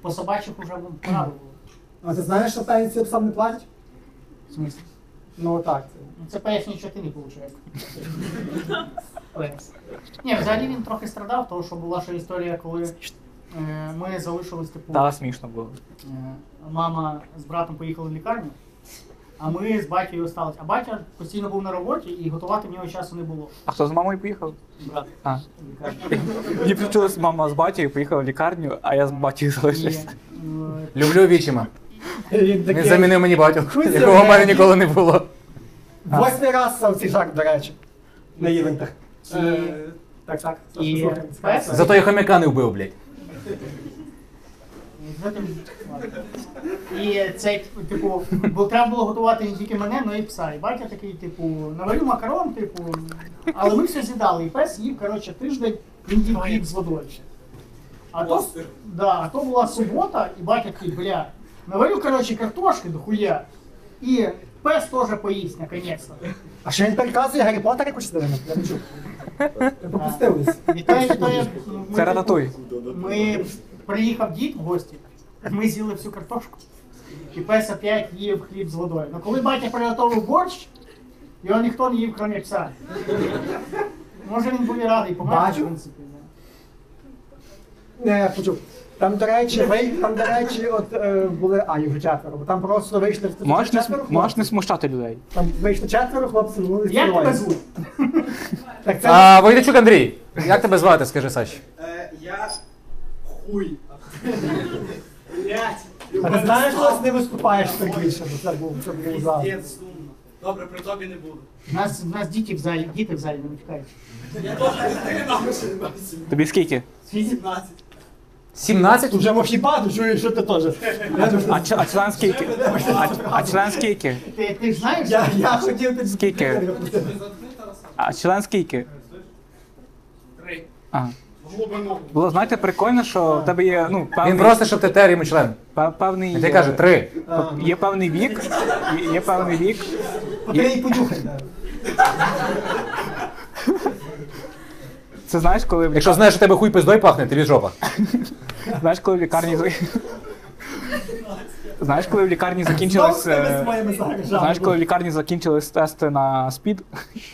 По собачих уже вон пора було. А ти знаєш, що пенсію псам не платять? В смислі? Ну так. це. Ну, Це пояснює, що ти не получаєш. Пенс. Ні, взагалі він трохи страдав, тому що була ще історія, коли е, ми залишились типу. Та смішно було. Е, мама з братом поїхали в лікарню, а ми з батькою остались. А батя постійно був на роботі і готувати в нього часу не було. А хто з мамою поїхав? Брат А. в лікарню. Мені включилась мама з батькою, поїхала в лікарню, а я з батькою І, залишився. е, Люблю вічима. Він Він такий. замінив мені батька, якого в мене ніколи не було. Восьмий раз сам цей жарт, до речі. На івентах. Е, Так, так. І- слухай, пес? слухай. Зато я хомяка не вбив, блядь. за тим- ладно. І цей, типу, бо треба було готувати не тільки мене, але і пса. І батя такий, типу, наварю макарон, типу, але ми все з'їдали. І пес їв, коротше, тиждень, він їв хліб з водою. ще. А то, да, а то була субота, і батя такий, бля, наварю, коротше, картошки до хуя. І пес теж поїсть, наконець-то. А що він переказує Гаррі Поттера якусь дивину? Я не чув. Я Попустились. І то, і то, я- ми, типу, Це рататуй. Ми приїхав дід в гості, ми з'їли всю картошку. І пес опять їв хліб з водою. Ну коли батя приготував борщ, його ніхто не їв, крім пса. Може він був і радий померти, Бачу. в принципі. да. Не, я почув. Там, до речі, ви, там, до речі, от е, були, а їх вже четверо, бо там просто вийшли Можеш не, четверо см- можеш не хлопців. смущати людей. Там вийшли четверо хлопців, були Як тебе троє. звуть? Так це А, Войтичук Андрій, як тебе звати, скажи, Саш? Е, я хуй. Блять. А ти знаєш, що ти не виступаєш так більше, бо це був це був зараз. сумно. Добре, при тобі не буду. У нас, у нас діти в залі, діти в залі не чекають. Я теж дитина, 17. Тобі скільки? 17. 17? Вже мовчі паду, що, що ти теж. А, ч- а член скільки? А, а член скільки? Ти, ти ж знаєш? Я, я хотів тобі. Скільки? А член скільки? Три. Ага. В глибину. Було, знаєте, прикольно, що в тебе є ну, певний, Він просто, щоб ти тер йому член. пе- певний е, І ти каже, три. є певний вік, є- є певний вік. Ти і понюхай. да. Це знаєш, коли в Якщо знаєш, що тебе хуй пиздой пахне, тобі жопа. Знаєш, коли в лікарні за- Знаєш, коли в лікарні закінчились. Знову в тебе е, з моїми загрижами. Знаєш, коли в лікарні закінчились тести на спід,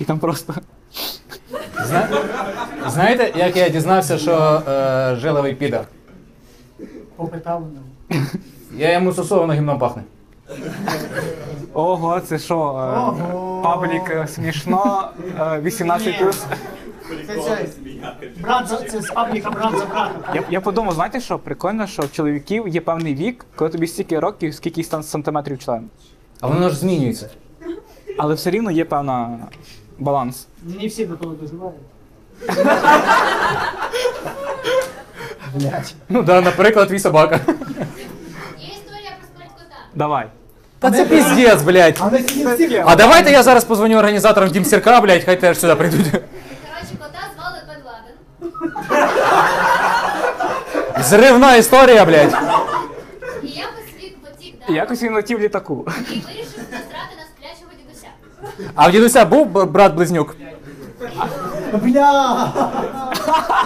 і там просто Знаєте, як я дізнався, що е, жиловий підар? Попитав у нього. Я йому стосовно гімном пахне. ого, це що? е, Паблік е, смішно, е, 18 плюс. Це, це, брат за, це з пабліка брат за брата. Я, я подумав, знаєте що? Прикольно, що в чоловіків є певний вік, коли тобі стільки років, скільки стан сантиметрів член. А воно ж змінюється. Але все рівно є певна баланс. Не всі до того доживають. Ну да, наприклад, твій собака. Є історія про смерть кота. Давай. Та це піздець, блядь. А не всі, не всі. А давайте я зараз позвоню організаторам Дімсірка, блядь, хай теж сюди прийдуть. Коротше, кота звали Бен Ладен. Зривна історія, блядь. І якось він потік І далі якось він летів в літаку. і вирішив насрати на сплячого дідуся. А в дідуся був б- брат-близнюк? Бля! Ну,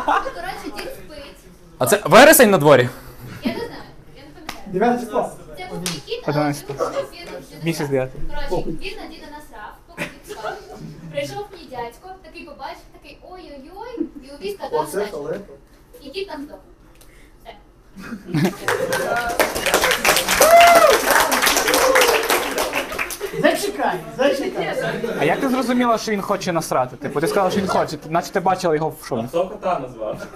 коротше, дід спить. А це вересень на дворі? Я не знаю, я не пам'ятаю. 9 число. Це був мій кіт, але Одинадцяте. він був вірним дідуся. Місяць дев'ятий. Коротше, він на діда насрав, поки дід спав. Прийшов мій дядько, такий побачив, такий ой-ой-ой, і увіз кота в садочок. І кіт там здох. Все. Зачекай, зачекай. А як ти зрозуміла, що він хоче насрати? Типу, ти сказала, що він хоче, ти- наче ти бачила його в шоу. Хто кота назвав? Кота,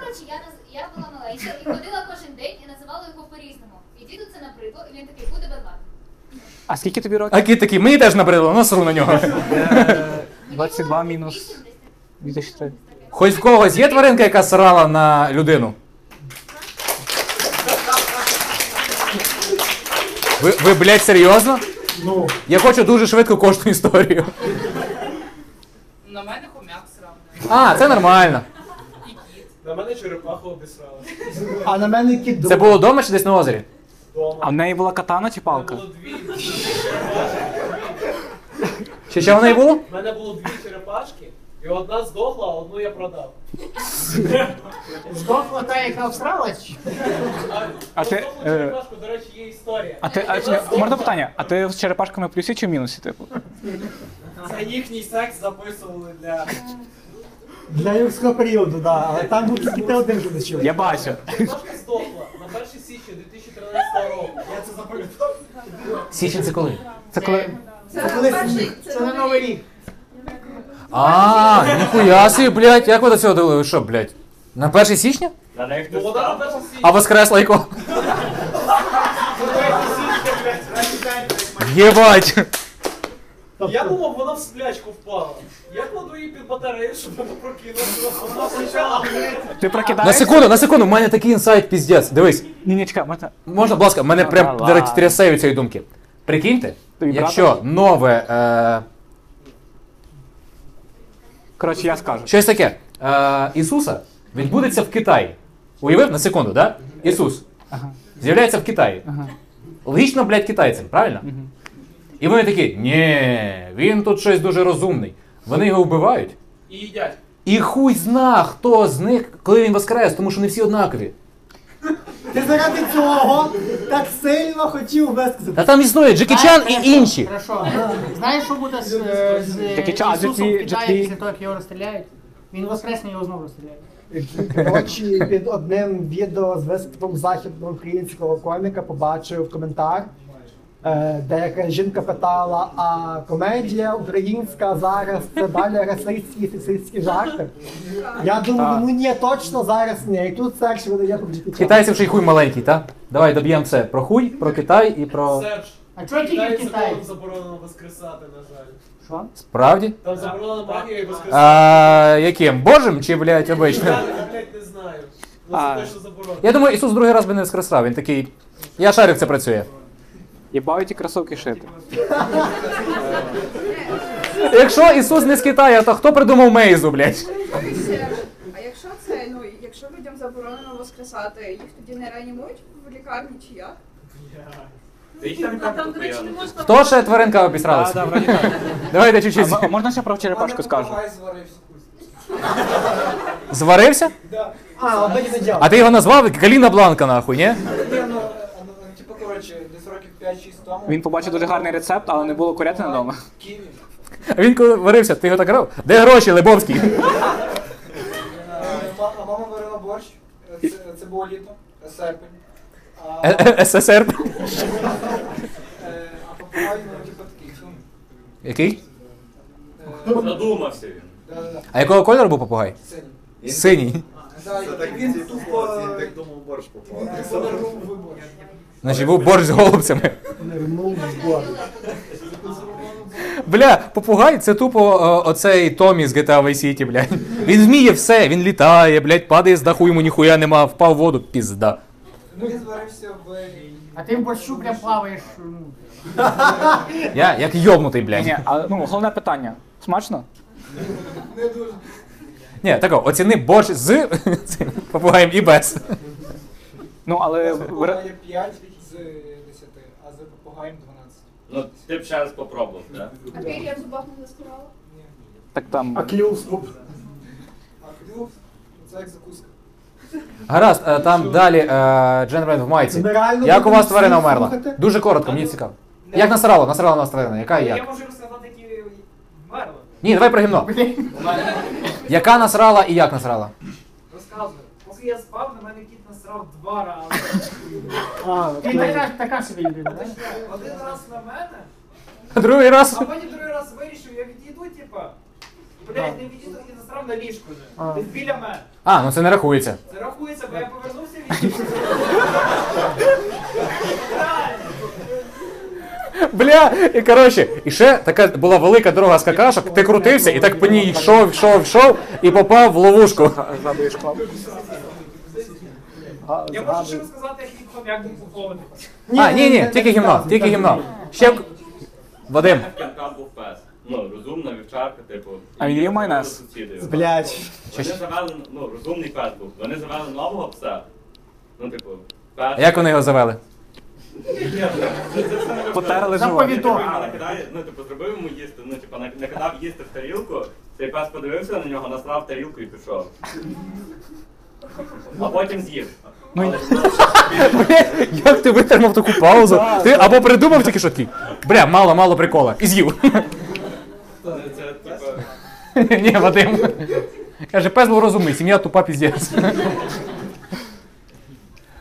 коротше, я, наз- я була маленька і ходила кожен день і називала його по-різному. І діду це набридло, і він такий буде Бен Ладен. А скільки тобі років? А кіт такий, мені теж набридло, насру на нього. 22 мінус 2003. Хоч в когось є тваринка, яка срала на людину? Ви, ви блядь, серйозно? Ну, Я хочу дуже швидко кожну історію. На мене хомяк сравнює. А, це нормально. На мене черепаху обісрала. а на мене кіт Це було вдома чи десь на озері? А в неї була катана чи палка? Було дві. Чи ще в неї було? У мене було дві черепашки, і одна здохла, а одну я продав. Здохла та, яка всралась? А ти. Здохлу е, черепашку, до речі, є історія. А ти. А, чи- можна питання? А ти з черепашками в плюсі чи в мінусі, типу? Це їхній секс записували для. для юрського періоду, да. Але там був тільки ти один глядачів. Я бачу. Черепашка здохла на 1 січня 2013 року. Я це запам'ятав. Січень це коли? Це коли. Це коли перший, Це на новий рік. А, ніхуя собі, блядь, як ви до цього довели? Ви Що, блядь? На 1 січня? Бо вона на 1 січня. А воскресла яко? Єбать! Я думав, вона в сплячку впала. Я кладу її під батарею, щоб вона прокинулася. Вона почала. Ти На прокидаєшся? секунду, на секунду, в мене такий інсайт, піздець. Дивись, Ні, ні, чекай, можна. можна, будь ласка, мене прям Та ладно. трясе від цієї думки. Прикиньте, Тобі якщо нове. Е, Коротше, я скажу. щось таке. Е, Ісуса відбудеться в Китаї. Уявив на секунду, да? Ісус. З'являється в Китаї. Логічно, блядь, китайцям, правильно? І вони такі, ні, він тут щось дуже розумний. Вони його вбивають. І їдять. І хуй зна, хто з них, коли він воскрес, тому що не всі однакові. Ти заради цього так сильно хотів вести. Та там існує Джекі Чан і інші. Хорошо. Знаєш, що буде з, е, з е, Такий час, Ісусом Джетлі- в Китаї Джетлі. після того, як його розстріляють? Він воскресне його знову розстріляють. Коротше, під одним відео з виступом західноукраїнського коміка побачив коментар, е, де якась жінка питала: а комедія українська зараз це далі расистські і сексистські жарти. Я думаю, ну ні, точно зараз ні. І тут секс видає про Китайців ще й хуй маленький, так? Давай доб'ємо все. Про хуй, про Китай і про. Серж. А чого тільки в Китаї? Там заборонено воскресати, на жаль. Що? Правді? Там заборонено магія і воскресати. А, яким? Божим чи, блядь, обичним? Я, блядь, не знаю. Ну, А. це те, що заборонено. Я думаю, Ісус другий раз би не воскресав. Він такий. Я шарив, це працює. Їбають і кросовки шити. Якщо Ісус не з Китаю, то хто придумав мейзу, блядь? Ну, і ще. А якщо це, ну, якщо людям заборонено воскресати, їх тоді не реанімують в лікарні чи як? Там, до речі, не можна. Хто ще тваринка Так, так, обісралася? вроді так. Давайте чуть-чуть. А м- Можна ще про черепашку Ну, скажу? Зварився? А, одна не А ти його назвав Каліна Бланка, нахуй, ні? Типу, коротше, десь років 5-6 тому. Він побачив дуже гарний рецепт, але не було курятини вдома. Ківі. А Він коли варився, ти його так грав? Де гроші, Лебовський? Е, ма- а Мама варила борщ. Е, Це, це було літо, е, серпень. А, Е, е, СССР. е, а попивали, ну, типу, такий фільм. Який? Задумався він. Да-да-да, А якого кольору був попугай? синій. Синій. Да, і Він тупо е, думав борщ попав. е, подарував вибор. Значить, був борщ з голубцями. Нирнув в борг. Бля, попугай це тупо е, оцей Томі з GTA Vice City, блядь. Він вміє все, він літає, блядь, падає з даху, йому ніхуя нема, впав в воду, пізда. Ну, Він зварився в... А ти в борщу прям плаваєш. ну. Я як йобнутий, блядь. Ні, але ну головне питання. Смачно? Ні, так, оціни борщ з цим попугаєм і без. Ну але Попугає вир- 5 з 10, а за попугаєм 12. Ну, ти б ще раз попробував, так? А пір'я в зубах не заскурала? так там. А клюв зуб. А клюв це як закуска. Гаразд, е, там далі е, джентльмен в майці. Нереально Як у буде вас тварина всіх вмерла? слухати? Дуже коротко, мені цікаво. Як насрало? Насрала нас тварина, яка і як? можу розказати, які вмерли. Ні, давай про гімно. Яка насрала і як насрала? Розказую. Поки я спав, на мене кіт насрав два рази. А, ти така, така собі людина, да? Один раз на мене, Другий раз. а потім другий раз вирішив, я відійду, типа. Блять, не відійду і насрав на ліжку А. вже. Десь біля мене. А, ну це не рахується. Це рахується, бо я повернувся і відійшов. Бля, і коротше, і ще така була велика дорога з какашок, ти крутився і так по ній йшов, йшов, йшов і попав в ловушку. Згадуєш клап. Я можу ще розказати, як він хом'як був захований. А, ні, ні, тільки гімно, тільки гімно. Ще в- Вадим. Кінка був пес. Ну, розумна вівчарка, типу. А він їв майонез? Блядь. Вони завели, ну, розумний пес був. Вони завели нового пса. Ну, типу, пес. Як вони його завели? Потерли Заповідь. живот. Типу, він накидає, ну, типу, зробив йому їсти, ну, типу, нак- накидав їсти в тарілку, цей пес подивився на нього, насрав тарілку і пішов. А потім з'їв. Але, ну, Бля, як ти витримав таку паузу? Ти або придумав такі шутки? Бля, мало, мало прикола. І з'їв. це- це, типу, Ні, Вадим. Каже, пес був розумний, сім'я тупа піздець.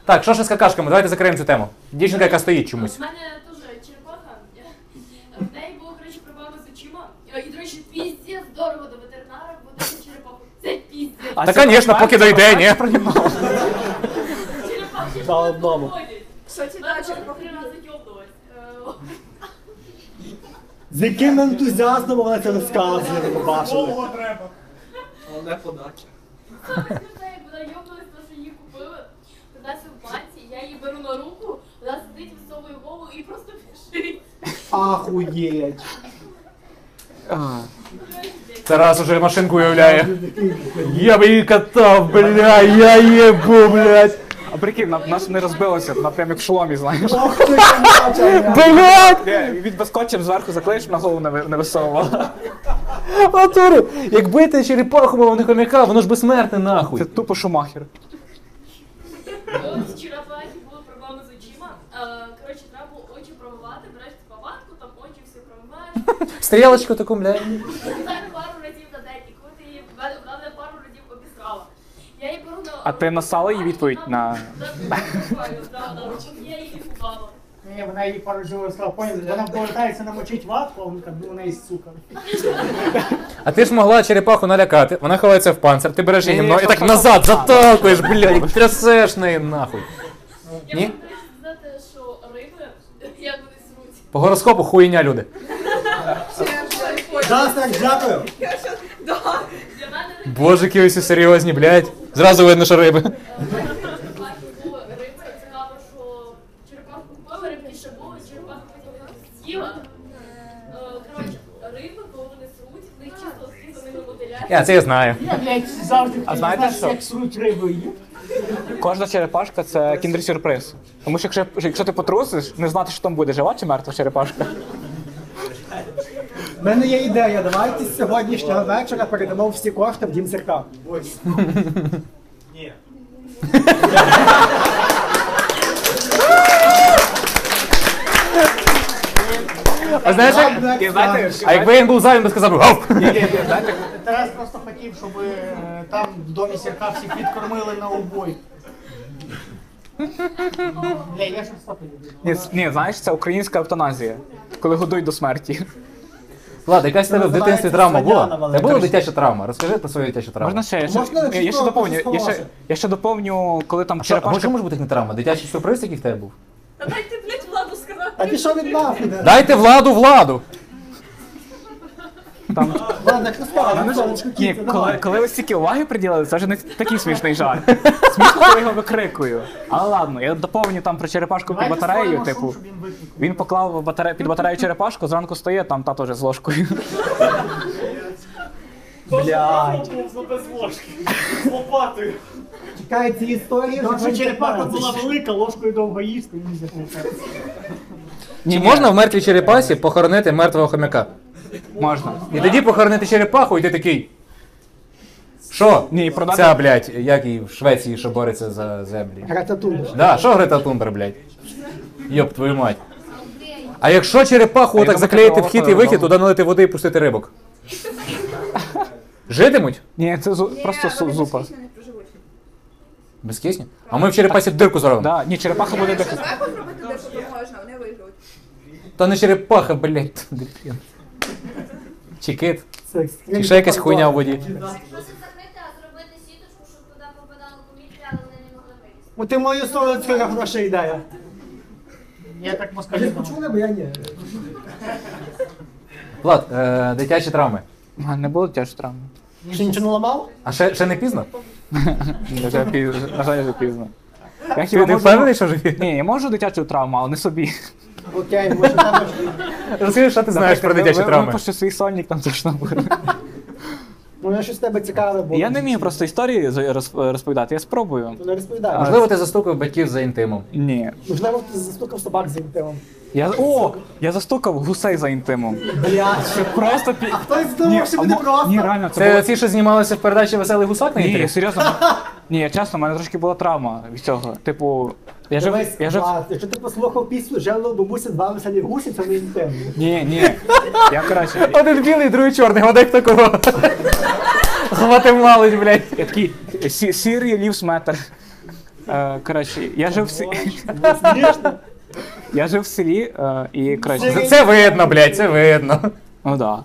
Так, що ще з какашками? Давайте закриємо цю тему. Дівчинка, яка стоїть чомусь. У мене теж черепаха. В неї була, коротше, проблема з очима. Е, І, до речі, піздець дорого до ветеринара, бо дати черепаху. Це піздець. Та, звісно, поки дойде, ні? Черепахи Та одному. ходять. Кстати, Вона да, там черепахи. три рази йобнулась. Е, З яким ентузіазмом вона це розказує, ви побачили. Довго треба. Головне подача. Вона як вона йобнулась, тому що її купили. Вона сидить в банці, я її беру на руку, вона сидить, висовує голову і просто біжить. Ахуєть. Тарас уже машинку уявляє. Я би її катав, бля, я їбу, блядь. А прикинь, на- нас не розбилося, на прям як в шоломі, знаєш. Ох ти собача. Блядь! Ні, Від безкотчем зверху заклеїш на голову не ви- не висовувала. Натурі! Якби ти черепаху мав а не хомяка, воно ж безсмертне Це нахуй. тупо шумахер. От черепахи були проблеми з очима. Е, Коротше, треба було очі промивати, береш цю палатку, там очі всі промиваєш. Стрілочку таку, блядь. Вона пару разів на день, і коли ти її вона вона мене пару разів обісрала. Я її беру на А ти насала їй відповідь на- Да, да, да, Я її купала. Ні, вона її пару живо слав, поняв, вона повертається намочить ватку, а він там, ну, вона і сука. А ти ж могла черепаху налякати, вона ховається в панцир, ти береш її Ні, гімно ні, і так що- назад заталкуєш, блядь, і трясеш нею нахуй. Я Ні? можу сказати, що риби, як вони сруть. По гороскопу хуйня люди. Джастер, дякую. Для мене Боже, які ви всі серйозні, блядь. Зразу видно, що риби. було рибка, цікаво, що черепаху купила, рибки ще були, черепаху потім з'їла. Е, Коротше, риби, коли вони сруть, в них чисто всі вони вимоделяють. Я це я знаю. Я, блядь, завжди А хтось знаєте знає, що? як сруть рибою. Кожна черепашка це кіндер-сюрприз. Тому що якщо, якщо ти потрусиш, не знати, що там буде, жива чи мертва черепашка. У мене є ідея. Давайте з сьогоднішнього вечора передамо всі кошти в дім зірка. Ні. А знаєш, як- І знаєте, а якби він був за, він би сказав гав. Тарас просто хотів, щоб е, там в домі сірка всіх відкормили на убой. Бля, я щось стопи Ні, з- ні, знаєш, це українська евтаназія, коли годують до смерті. Ладно, якась в тебе в дитинстві травма була? Та була Короче, дитяча травма. Розкажи про свою дитячу травму. Можна ще? Я ще, Можна я, я ще чисто доповню. Я просто ще, я ще доповню, коли там Що, а може, черепашка. може бути не травма? Дитячий сюрприз, який в тебе був? Та дайте, блядь, владу сказати. А ти що від нахуй? де? Дайте владу владу! Ладно, як розказуй, Ні, Миколочку, Ні, кінця, коли, давай. коли ви стільки уваги приділили, це вже не такий смішний жарт. Смішно, коли його викрикую. Але ладно, я доповню там про черепашку під Давайте батареєю, створимо типу. шум, щоб він викликав. Він поклав батаре... під батарею черепашку, зранку стає, там тато вже з ложкою. Блядь. Повзло без ложки. З лопатою. Чекай ці історії. Тому вже що черепаха будуть була велика, ложкою довго їсти, не Чи можна в мертвій черепасі похоронити мертвого хомяка? Можна. І тоді похоронити черепаху, і ти такий. Що? Ні, продати- Ця, блядь, як і в Швеції, що бореться за землі. Рататуй. Да, що Грета Тунбер, блядь? Йоп, твою мать. А якщо черепаху отак заклеїти вхід і вихід, туди налити води і пустити рибок. Житимуть? Ні, це зу- просто су- зупа. Безкисні? А ми в черепасі дирку зробимо. Да, ні, черепаха буде Якщо дихати. зверху зробити дещо, то можна, вони виграють. Та не черепаха, блядь. дельфін. Чи кит? Чи ще якась хуйня у воді? Якщо це закрити, а зробити сіточку, щоб туди попадало повітря, але вони не могли вилізти. Ну ти мою сторону твоя хороша ідея. Я так москалі Ви думав. почули, бо я ні. Влад, е, дитячі травми. А, Не було тяж травми. Ще нічого не ламав? А ще, ще не пізно? Ні, вже пізно. На жаль, вже пізно. Я Ти, ти можу- впевнений, що живі? Ні, я можу дитячу травму, але не собі. Окей, може там. Розкажи, що ти знаєш про Наприклад, дитячі ви- ви- травми. ви пишете свій сольник там точно буде. Воно щось в тебе цікаве було. Я не вмію просто історії з- роз- розповідати, я спробую. То Ну, не розповідай. Можливо, ти застукав батьків за інтимом. Ні. Можливо, ти застукав собак з інтимом. Я о! Я застукав гусей за інтимом. Блядь. Це просто пі. Хтось думав, що буде або- Ні, просто. реально, це Це було. ці, що знімалися в передачі Веселий гусак на Ні, я інтерес? серйозно. Ні, я чесно, в мене трошки була травма від цього. Типу, я жив. Дивись, Я жив. Влад, Якщо ти послухав пісню «Жила бабуся, два веселі гусі, це не інтимно. Ні, ні. Я коротше. Один білий, другий чорний, гадай хто кого. Гватемалець, блядь. Я такий сі- сірий лівс метр. Е, Коротше, я жив в селі. Я жив в селі е, і коротше. Це- Це видно, блядь, це видно. Ну так.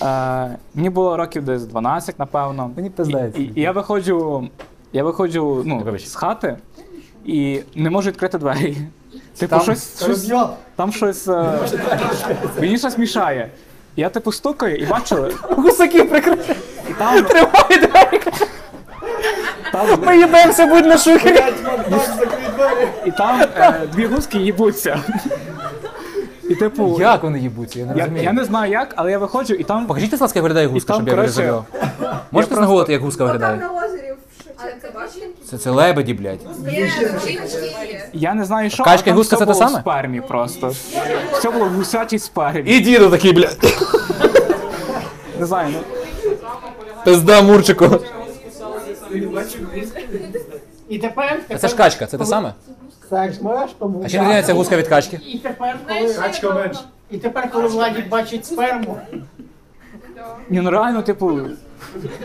Да. Е, мені було років десь 12, напевно. Мені пиздається. І, і я виходжу, я виходжу ну, Вибач. з хати і не можу відкрити двері. Типу, Там щось, щось, Розйоб. там щось. е, мені щось мішає. Я типу стукаю і бачу, Гусаки прикрили. і там, Тримай двері. там, Ми їбемося, будь на шухері. і там е, дві гуски їбуться. І типу, я, Як вони їбуться, я не я, розумію. не знаю як, але я виходжу і там. Покажіть, будь ласка, як виглядає гуска, І там, щоб я коротше, вирізав. Можете знаговувати, як гуска Там виглядає? на озері в Шевченка бачили? Це, це лебеді, блядь. Ні, жіночки є. Я не знаю, що Качка а там і гуска все це те було в саме? спермі просто. Все було в гусячій спермі. І діду такий, блядь. Не знаю, ну, Пизда мурчику. І тепер, А це ж качка, це те саме? Секс можеш тому? А чим відрізняється гуска від качки? і тепер, коли, і тепер, коли Владі бачить сперму, ні, ну реально, типу,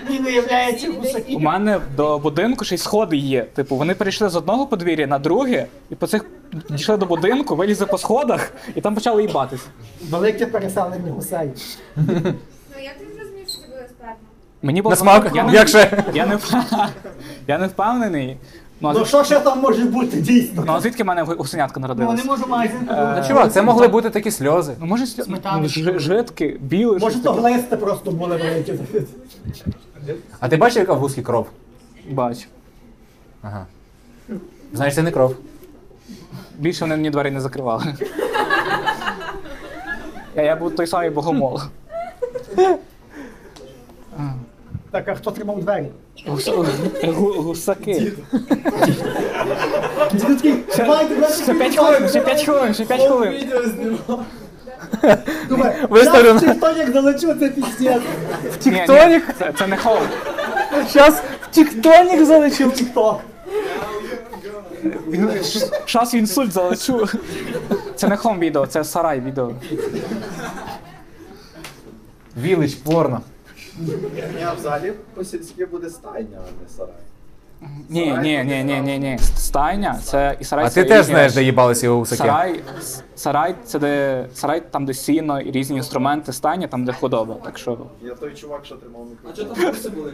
він уявляється гусаки. У мене до будинку ще й сходи є. Типу, вони перейшли з одного подвір'я на друге, і по цих дійшли до будинку, вилізли по сходах, і там почали їбатись. Велике переселення гусей. Ну як ти зрозумів, що це буде справді? Мені було На смак? я не, Як ще? я не впев- я не впевнений. а Ну звід- що ще там може бути дійсно? Ну а звідки в мене гу- гусенятка народилась? Ну, не можу магазин подумати. Е, Чувак, це могли бути такі сльози. Ну може сльози. Сметана. Житки, біле. Може, щось то таке. глисти просто були великі. А ти бачив, яка в гусі кров? Бач. Ага. Знаєш, це не кров. Більше вони мені двері не закривали. Я, я був той самий богомол. Так, а хто тримав двері? Гус- гу- Гусаки. Діду такий, давайте, давайте, Ще 5 давайте, хвилин, ще 5 хвилин, ще 5 хвилин. Відео знімав. давайте. Виставлю Зараз на- тіктонік залечу, це піздець. В Тіктонік? Це, це не холм. Зараз в тіктонік залечу. Тікток. Щас інсульт залечу. Це не холм відео, це сарай відео. Вілич, порно. Я взагалі по-сільськи буде стайня, а не сарай. Ні, ні, ні, ні, ні, ні. Стайня це і сарай. А це ти теж різні знаєш, речі. де їбалися гусаки. Сарай, с- сарай це де сарай, там де сіно і різні інструменти, стайня, там де худоба. Так що в Я той чувак, що тримав мікрофон. А чого там гуси були?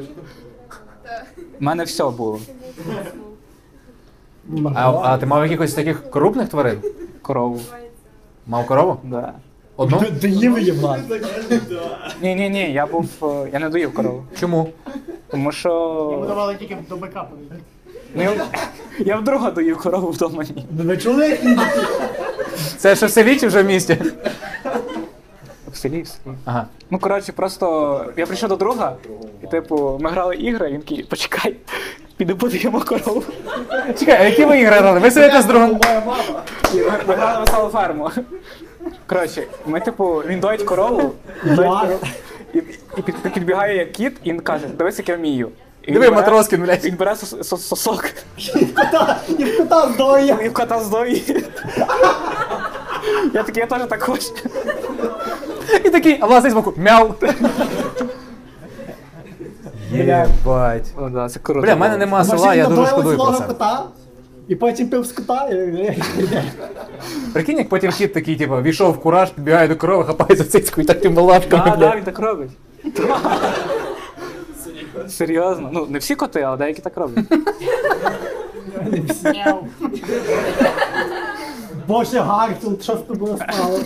мене все було. А, а ти мав якихось таких крупних тварин? Корову. Мав корову? Да. Одну? Ти їв її, Влад. Ні, ні, ні, я був. е, Я не доїв корову. Чому? Тому Йому що. давали тільки до бика подивитися. Ну, я, я вдруге доїв корову вдома. Ні. Ви чули? як він Це ще в селі чи вже в місті? В селі, в селі. Ага. Ну, коротше, просто я прийшов до друга, і типу, ми грали ігри, і він такий, почекай, піду подивимо корову. Чекай, а які ви ігри грали? Ви сидите з другом? Ми грали веселу ферму. Коротше, ми, типу, він доїть корову, доїть корову, і, і під, підбігає як кіт, і він каже, дивись, як я вмію. І він Диви, бере- Матроскін, блядь. Він бере сос- сос- сосок кота- І в кота здоє. і в кота здоїть. Я такий, я теж так хочу. І такий, а власне з боку, мяу. Єбать. Ну, да, це круто. Бля, в мене нема села, Може, я він дуже надоїв шкодую про злого це. кота, І потім пив з кота. і- Прикинь, як потім кіт такий, типу, війшов в кураж, підбігає до корови, хапає за цицьку і так тим лапками, Так, так, блядь. він так робить. Серйозно. Ну, не всі коти, але деякі так роблять. Боже, Гарфілд, що з тобою стало?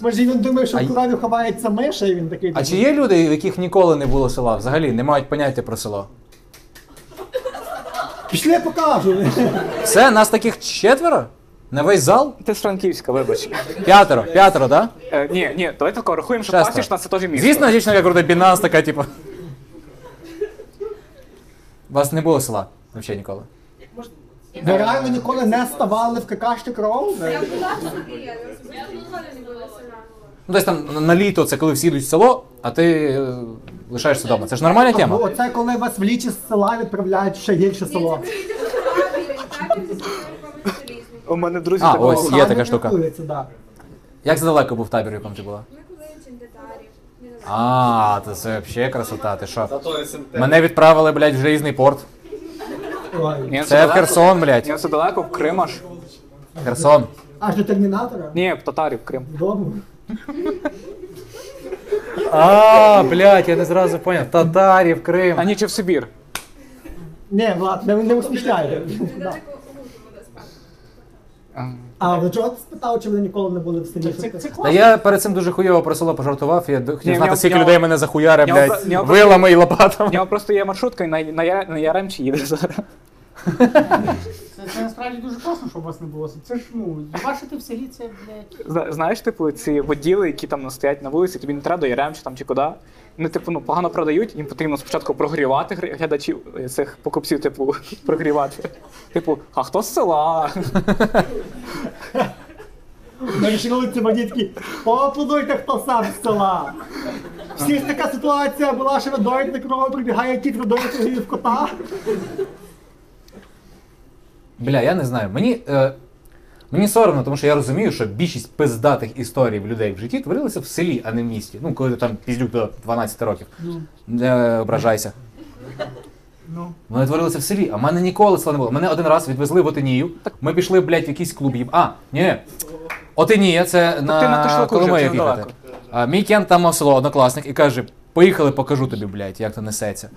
Може, він думає, що А й- в корові ховається миша, і він такий. А чи є люди, в яких ніколи не було села? Взагалі не мають поняття про село. Пішли, я покажу. Все, нас таких четверо? На весь зал? Ти з Франківська, вибач. П'ятеро, п'ятеро, да? Е, ні, ні, давай тако рахуємо, що Чесно. Пасічна це теж місто. Звісно, дівчина як рода Бінас, така, типу. У вас не було села взагалі ніколи. Ви реально ніколи не ставали в какашки кров? Я була в собі, я не розумію. Я ніколи не була сама. Ну, десь там на- на літо це коли всі йдуть в село, а ти е, лишаєшся вдома. Це ж нормальна Або тема. Оце коли вас в лічі з села відправляють в ще гірше село. У мене друзі А, так ось, роблять. є така штука. Вулиця, да. Як задалеко був табір, в якому ти була? Ми коли чендетарі. А, то це взагалі красота, ти що? Зато СМТ. Мене відправили, блядь, в різний порт. Ні, Це в далеко. Херсон, блядь. Ні, це далеко, в Крим аж. Херсон. Аж до термінатора? Ні, в татарів Крим. Вдома. А, блядь, я не зразу поняв. Татарів, Крим. А ні, чи в Сибір. Ні, Влад, не, не усмішляйте. Да. А до чого ти спитав, чи ви ніколи не були в селі? Що ти- Та я перед цим дуже хуйово про село пожартував, я д- Ні, хотів знати, я- скільки я- людей мене захуяре, я- блядь, я- вилами і лопатами. У нього просто є маршрутка і на, на, Я- на Яремчі їде зараз. Це, це насправді дуже класно, що у вас не було. Це ж ну, бачити в селі це, блядь. Зна- Знаєш, типу, ці воділи, які там ну, стоять на вулиці, тобі не треба до Яремчі там чи куди. Вони, типу, ну, погано продають, їм потрібно спочатку прогрівати гри- глядачів е, цих покупців, типу, прогрівати. Типу, а хто з села? Ми рішили ці бандитки. Поаплодуйте, хто сам з села. Всі ж така ситуація була, що Радоїд на кров прибігає кіт Радоїд і в кота. Бля, я не знаю. Мені, е, мені соромно, тому що я розумію, що більшість пиздатих історій в людей в житті творилися в селі, а не в місті. Ну, коли ти там піздюк до 12 років. Ну. Не е, ображайся. Ну. Вони творилися в селі, а в мене ніколи села не було. Мене один раз відвезли в Отинію. Ми пішли, блядь, в якийсь клуб їм. А, ні. Отинія, це ти на на Кишлаку жив, Коломию це їхати. недалеко. А, Мій кент там мав село, однокласник, і каже: поїхали, покажу тобі, блядь, як то несеться.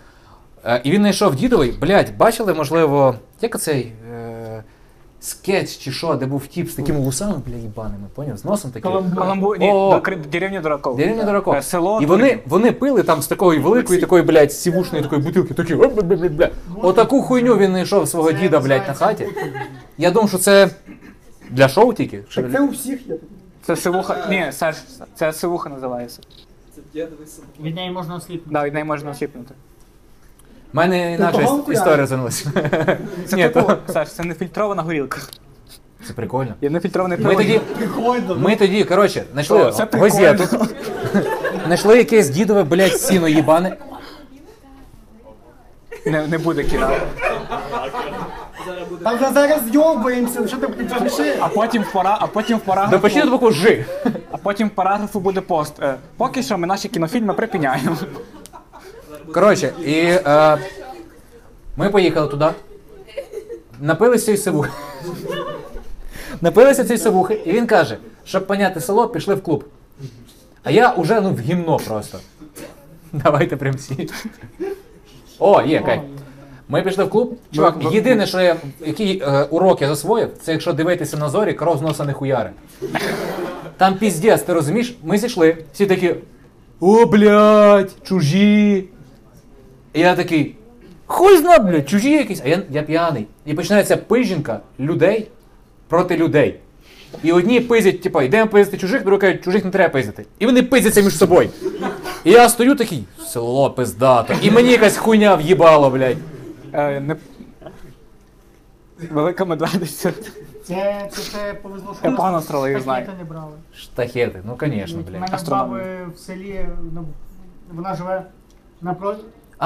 Е, І він знайшов дідовий, блядь, бачили, можливо, як оцей е, скетч чи що, де був тіп з такими вусами, блядь, їбаними, поняв? З носом таким. Каламбур. Ні, О, до Кри- деревня дураков. Деревня дураков. Е, Село. І вони, вони пили там з такої великої, такої, блядь, сівушної такої бутилки, такі. «О, бля, бля, бля». Отаку хуйню він знайшов свого діда, блядь, на хаті. Я думав, що це для шоу тільки. що Так це у всіх є. Це сивуха. Ні, Саш, це сивуха називається. Це дідовий садок. Від неї можна осліпнути. Да, від неї можна осліпнути. У мене інакша іс- історія занялася. Це Ні, типу, то- Саш, це нефільтрована горілка. Це прикольно. Я нефільтрований Ми тоді, ми тоді, коротше, знайшли ну. Це прикольно. газету. Знайшли якесь дідове, блядь, сіно їбане. Не, не буде кіна. Та вже зараз йобаємося, що ти підпиши. А потім в пора, а потім в параграфу. Допишіть до боку Ж. А потім в параграфу буде пост. е, Поки що ми наші кінофільми припиняємо. Коротше, і е, ми поїхали туди. Напилися цієї сивухи. Напилися цієї сивухи, і він каже, щоб поняти село, пішли в клуб. А я уже ну в гімно просто. Давайте прям всі. О, є, кай. Ми пішли в клуб. Чувак, єдине, що я, який е, урок я засвоїв, це якщо дивитися на зорі, кров з носа не хуяри. Там піздець, ти розумієш? Ми зійшли, всі такі. О, блядь, чужі. І я такий. Хуй зна, блядь, чужі якісь, а я, я п'яний. І починається пижінка людей проти людей. І одні пиздять, типа, йдемо пиздити чужих, другі кажуть, чужих не треба пиздити. І вони пиздяться між собою. І я стою такий, село пиздато. І мені якась хуйня в'їбала, блядь. Е, не... Велика медведиця. Це, це, це повезло, що Я ми погано стріли, я штахети знаю. не брали. Штахети, ну звісно, У блядь. мене баби в селі, ну, вона живе напроти, А,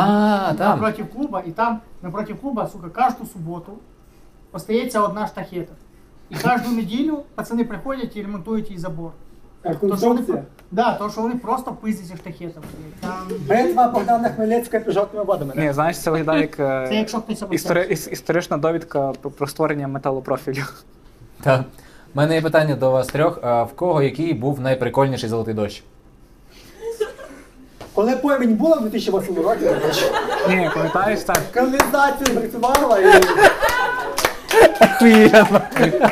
там. напроти клуба, і там напроти клуба, сука, кожну суботу остається одна штахета. І кожну неділю пацани приходять і ремонтують її забор. Так, То, що вони, конструкція. да, то, що вони просто пиздяться штахетами. блядь. Там... Битва Богдана Хмельницького під жовтими водами. Ні, знаєш, це виглядає як е, Це якщо хтось обіцяє. істори- іс- історична довідка про, про створення металопрофілю. Та. У мене є питання до вас трьох. А в кого який був найприкольніший золотий дощ? Коли повінь була в 2008 році, до речі, Ні, пам'ятаєш так? каналізація працювала і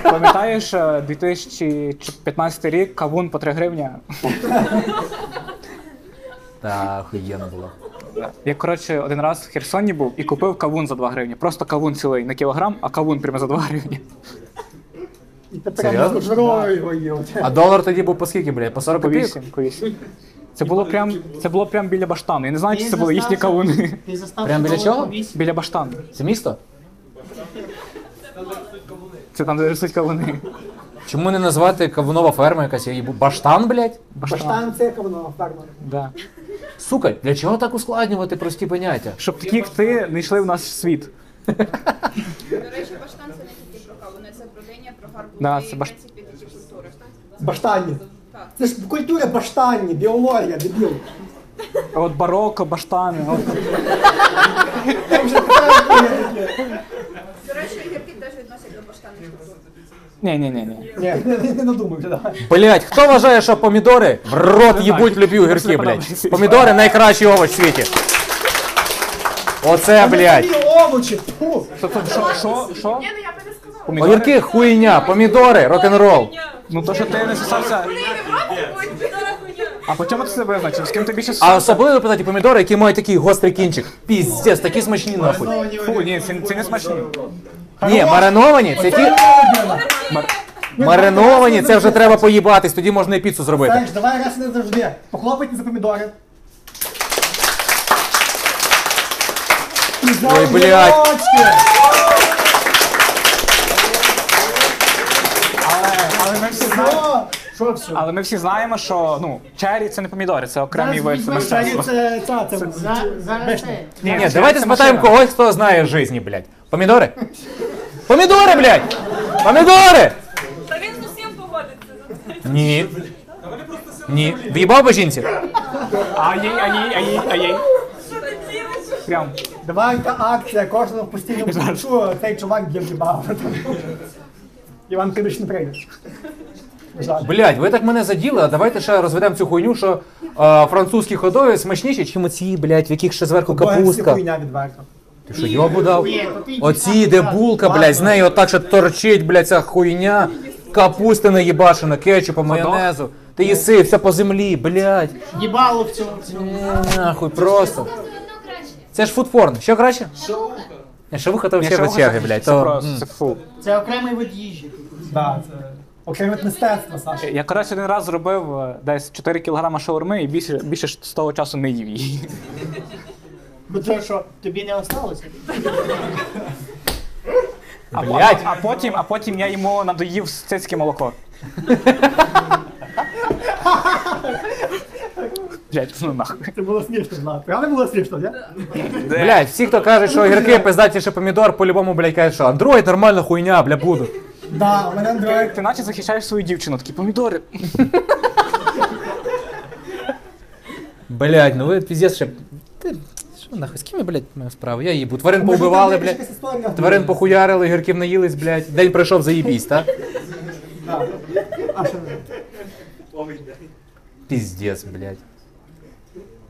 Пам'ятаєш е, 2015 рік, кавун по 3 гривня. Та охуєнно було. Я, коротше, один раз в Херсоні був і купив кавун за 2 гривні. Просто кавун цілий не кілограм, а кавун прямо за 2 гривні. тепер Серйозно? ми здорові його їли. А долар тоді був по скільки, блядь? По 40 По копійок? 8, по 8. Це було прям, це було прям біля баштану. Я не знаю, чи це були їхні кавуни. Ти застався Прям біля чого? Біля баштану. Це місто? Це там де рисуть кавуни. Чому не назвати кавунова ферма якась? Я їбу. Баштан, блядь? Баштанці, яка воно фермер. Да. Сука, для чого так ускладнювати прості поняття? Щоб такі, як ти, не йшли в наш світ. До речі, баштан це не тільки про каву, не це про диня, про гарбузи Да, і, це в баш- принципі, такі культури. Баштанні. Так. Це ж культура баштанні, біологія, дебіл. А От бароко, баштани. От. Там вже таке є таке. До речі, гірки теж відносять до баштанних культур. Ні, ні, ні, ні. Ні, не- не надумався, давай. Блять, хто вважає, що помідори в рот їбуть любі огірки, блять. Помідори найкращий овоч в світі. Оце, блять. Такі овочі, фу. Що, що, що, що, що? Ні, ну я би не сказала. Огірки хуйня, помідори, рок-н-рол. Ну то, що ти не сосався. Вони в Європі будуть півтора хуйня. А по чому ти себе визначив? З ким тобі ще А сосався? особливо питати помідори, які мають такий гострий кінчик. Піздець, такі смачні нахуй. Фу, ні, це, це не смачно. Ні, мариновані, це ті. Мариновані, це вже треба поїбатись, тоді можна і піцу зробити. Знаєш, давай раз і не завжди. Похлопайте за помідори. І за Ой, блядь. огірочки. Але, але ми всі знаємо. О, Що все? Але ми всі знаємо, що ну чері це не помідори, це окремі Зараз вид візьмемо Це мистецтва. це- та, це- За, за це. Ні, це- давайте це спитаємо машина. когось, хто знає жизні, блядь. Помідори? Помідори, блядь! Помідори! Та він з усім погодиться за це. Ні. Ні. В'їбав би жінці? А їй, а їй, а їй, а їй. Що ти ділиш? Прям. Давайте акція, кожного постійно почує, цей чувак б'є в Іван Кирич не прийдеш. Блять, ви так мене заділи, а давайте ще розведемо цю хуйню, що е, французькі ходові смачніші, чим оці, блять, в яких ще зверху капустка. хуйня відверто. Ти що, йобу дав? Оці, де булка, блядь, з неї отак ще торчить, блядь, ця хуйня. Капусти наїбашена, кетчупа, майонезу. Ти їси, все по землі, блядь. Їбало в цьому всьому. Нахуй, просто. Це ж фудпорн. Що краще? Шавуха. Шавуха то взагалі Шавуха черги, це- блядь. це то, просто, м. це Це окремий вид їжі. Да, це окреме мистецтво, Саша. Я коротше один раз зробив е, десь 4 кілограма шаурми і більше, більше ж з того часу не їв її. Бо то, що тобі не осталося. А, по- Блядь. а потім, а потім я йому надоїв цицьке молоко. Блять, ну нахуй. Це було смішно, знати. Але було смішно, ні? Блядь, всі, хто каже, що огірки пиздатіше помідор, по-любому, блядь, каже, що Андроїд нормальна хуйня, бля, буду. Да, у мене Андрей. Ти наче захищаєш свою дівчину, такі помідори. Блядь, ну ви піздець ще. Ти що нахуй, з ким я, блядь, маю справу? Я їбу. Тварин Може, там поубивали, якась блядь. історія буде? Тварин похуярили, гірків наїлись, блядь. День прийшов заїбісь, так? Да. А що? Піздець, блядь.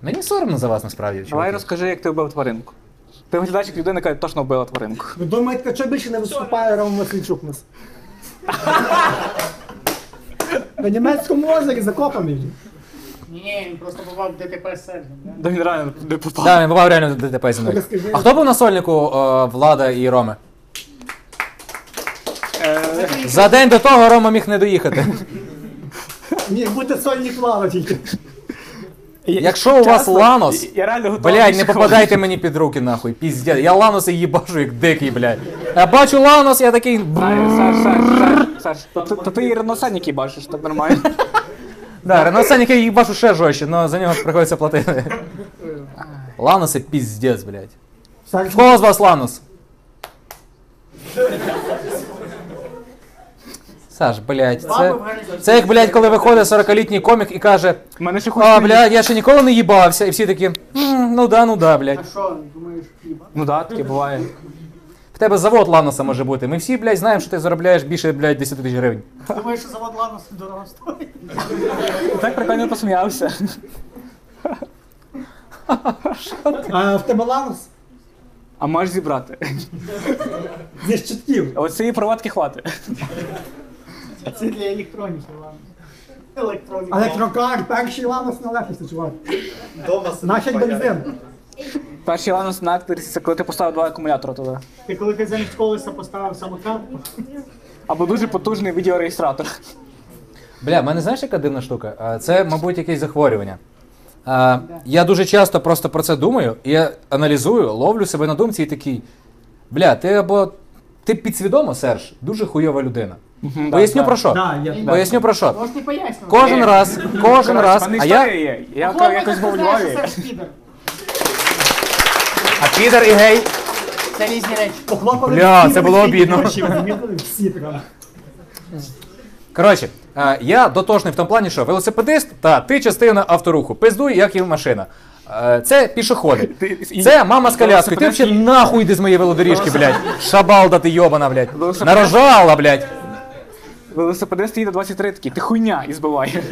Мені соромно за вас насправді. Давай чуваки. розкажи, як ти вбив тваринку. Ти виглядаєш як людина, яка точно вбила тваринку. Ви думаєте, що більше не виступає Рома Маслійчук у нас? На німецькому озері закопаний. Ні, він просто бував в ДТП з Сергієм. да? Да він реально не попав. Да, він бував реально в ДТП зі мною. Розкажи. А хто був на сольнику е, Влада і Роми? Е, За день до того Рома міг не доїхати. Міг бути сольні плава тільки. Якщо у вас Чесно, Ланос, я- я реально готовий блядь, не психологічно. попадайте мені під руки, нахуй. Піздя. Я Ланоси їбажу, як дикий, блядь. Я бачу Ланос, я такий. Саш, Саш, Саш, Саш, то, то, то ти і реносанники бачиш, так нормально. Да, Реносен, який їбашу ще жорстче, але за нього приходиться платити. Ланоси піздець, блядь. В кого з вас Ланос? Саш, блядь, це, це як, блядь, коли виходить 40-літній комік і каже, а, блядь, я ще ніколи не їбався, і всі такі, «М, ну да, ну да, блядь. А що, думаєш, хіба? Ну да, таке буває. В тебе завод Ланоса може бути. Ми всі, блядь, знаємо, що ти заробляєш більше, блядь, 10 тисяч гривень. Думаєш, що завод Ланос дорого стоїть? Так прикольно посміявся. А в тебе ланус? А можеш зібрати. Зі щитків. Ось цієї проводки хватить. Це для електроніки, ладно. Електроніка. Електрокар, перший ланус на легкості, чувак. Дома Наш як бензин. Перший ланус на акторці це коли ти поставив два акумулятора туди. Ти коли ти замість колеса поставив самокат, Або дуже потужний відеореєстратор. Бля, в мене знаєш, яка дивна штука? А, Це, мабуть, якесь захворювання. А, Я дуже часто просто про це думаю, і я аналізую, ловлю себе на думці і такий. Бля, ти або ти підсвідомо, Серж, дуже хуйова людина. Поясню да. про що? Да, я- Поясню про що? можеш не пояснювати. Кожен раз, кожен раз. Пане А я, історія є. Я Головне, якось ти був у знаєш, що Львові. Це ж підер. а підер і гей. Це різні речі. Похлопали Бля, всі це було всі обідно. душі, розуміли? Всі прям. Коротше, е, я дотошний в тому плані, що велосипедист та ти частина авторуху. Пиздуй, як і машина. Е, Це пішоходи. Це мама з коляскою. Ти взагалі нахуй йди з моєї велодоріжки, блядь. Шабалда ти йобана, блядь. Нарожала, блядь. Велосипедист їде 23 такий, ти хуйня і збиває.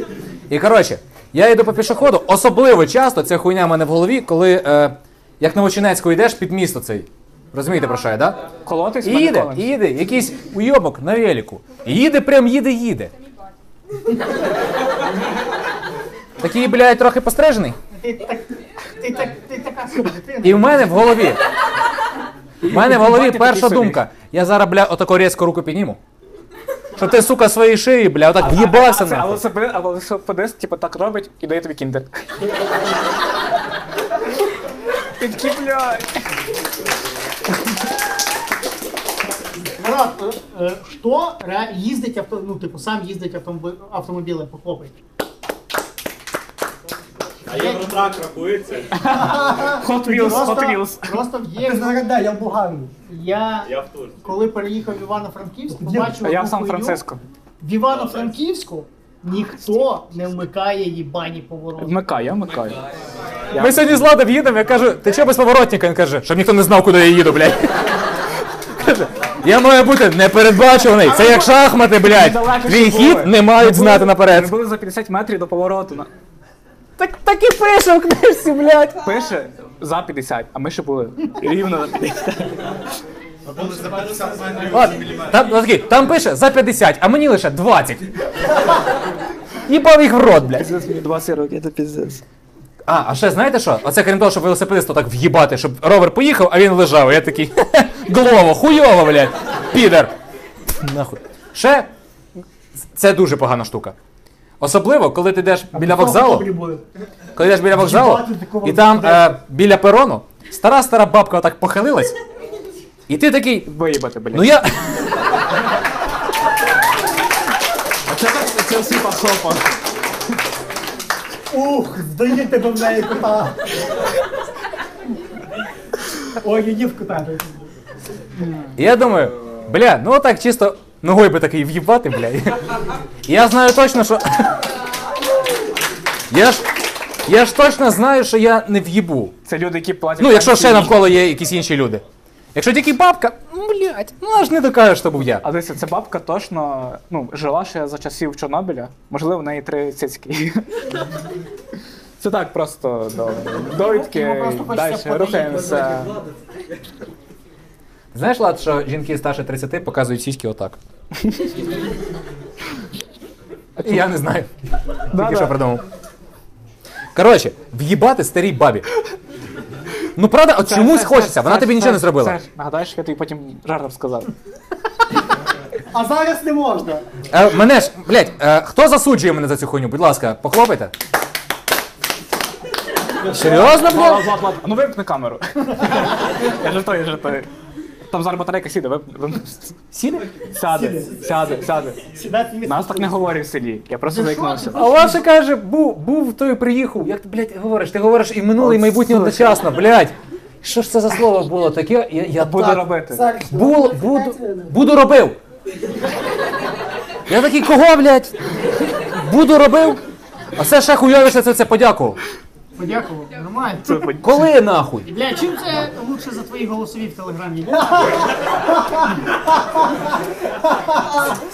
І коротше, я йду по пішоходу. Особливо часто ця хуйня в мене в голові, коли е, як на Вовчинецьку йдеш під місто цей. Розумієте про що я, да? Колотись і в мене їде, колонці. і їде, якийсь уйобок на велику. І Їде, прям їде, їде. Такий, блядь, трохи пострижений. Ти так- ти так- ти така собі дитина. І в мене в голові. В мене в голові Бачите, перша такий думка. Я зараз, бля, отако різко руку підніму. Що ти, сука, своєї шиї, бля, отак в'їбався А це- а нахуй. велосипедист, а велосипедист, типу, так робить і дає тобі кіндер. Ти такий, блядь. Брат, е, е, що ре- їздить авто, ну типу сам їздить автомобі- автомобілем, похлопай. А євротрак рахується. Hot Wheels, Просто- Hot Wheels. Просто в є. Нагадай, я в Бугані. Я Я в турі. коли переїхав в Івано-Франківськ, А побачив. я в одну Сан-Франциско. хуйню. В Івано-Франківську ніхто не вмикає їбані повороти. Вмикай, я вмикаю. Ми сьогодні з Ладом їдемо, я кажу, ти чого без поворотника? Він каже, щоб ніхто не знав, куди я їду, блядь. Каже, Я маю бути непередбачуваний. Це як шахмати, блядь. Недалеко Твій ж хід були. не мають знати Ми наперед. були за 50 метрів до повороту. на- Так, так і пише в книжці, блядь. Пише за 50, а ми ще були рівно за 50. Були за 50 метрів Ладно, там, ну, такий, там пише за 50, а мені лише 20. Їбав їх в рот, блядь. Мені 20 років, це піздець. А, а ще знаєте що? Оце крім того, щоб велосипедисту так в'їбати, щоб ровер поїхав, а він лежав. і Я такий. Голово, хуйово, блядь. Підер. Нахуй. Ще це дуже погана штука. Особливо, коли ти йдеш біля вокзалу. Коли йдеш біля вокзалу, Їбати такого і там е, біля перону стара стара бабка отак похилилась. І ти такий. Виїбати, блядь. Ну я. А це так це всі пасопа. Ух, здає тебе в неї кота. Ой, її в кота. І я думаю, бля, ну отак чисто ногою би такий в'їбати, бля. І Я знаю точно, що. Я ж. Я ж точно знаю, що я не в'їбу. Це люди, які платять. Ну, якщо ще навколо є якісь інші люди. Якщо тільки бабка, ну блядь, ну аж не докажеш, що був я. А дивіться, ця бабка точно ну, жила ще за часів Чорнобиля. Можливо, в неї три цицьки. Це так, просто до довідки. Далі рухаємося. Знаєш, Лад, що жінки старше 30 показують сіськи отак. І Я не знаю. Тільки що придумав. Коротше, в'їбати старій бабі. Ну правда, от чомусь хочеться, вона тобі нічого не зробила. Саш, Нагадаєш, що я тобі потім жартом сказав. А зараз не можна. Е, мене ж, блядь, е, хто засуджує мене за цю хуйню? Будь ласка, похлопайте. Серйозно, Влад, блядь? Влад, Влад, а ну вимкни камеру. Я жартую, я жартую. Там зараз батарейка сіде, вимкни. вимкни. Сіде? Сяде, сяде, сяде. Сідати місце. Нас так не говорять в селі. Я просто заїкнувся. А Лаша каже, був, був той приїхав. Як ти, блядь, говориш? Ти говориш і минуле, і майбутнє одночасно, блядь. Що ж це за слово було таке? Я, я Буду так... робити. Бул, буду, буду робив. Я такий, кого, блядь? Буду робив. А це ще хуйовіше, це це подякував. Подякував, нормально. Коли нахуй? І, Бля, чим це лучше за твої голосові в телеграмі?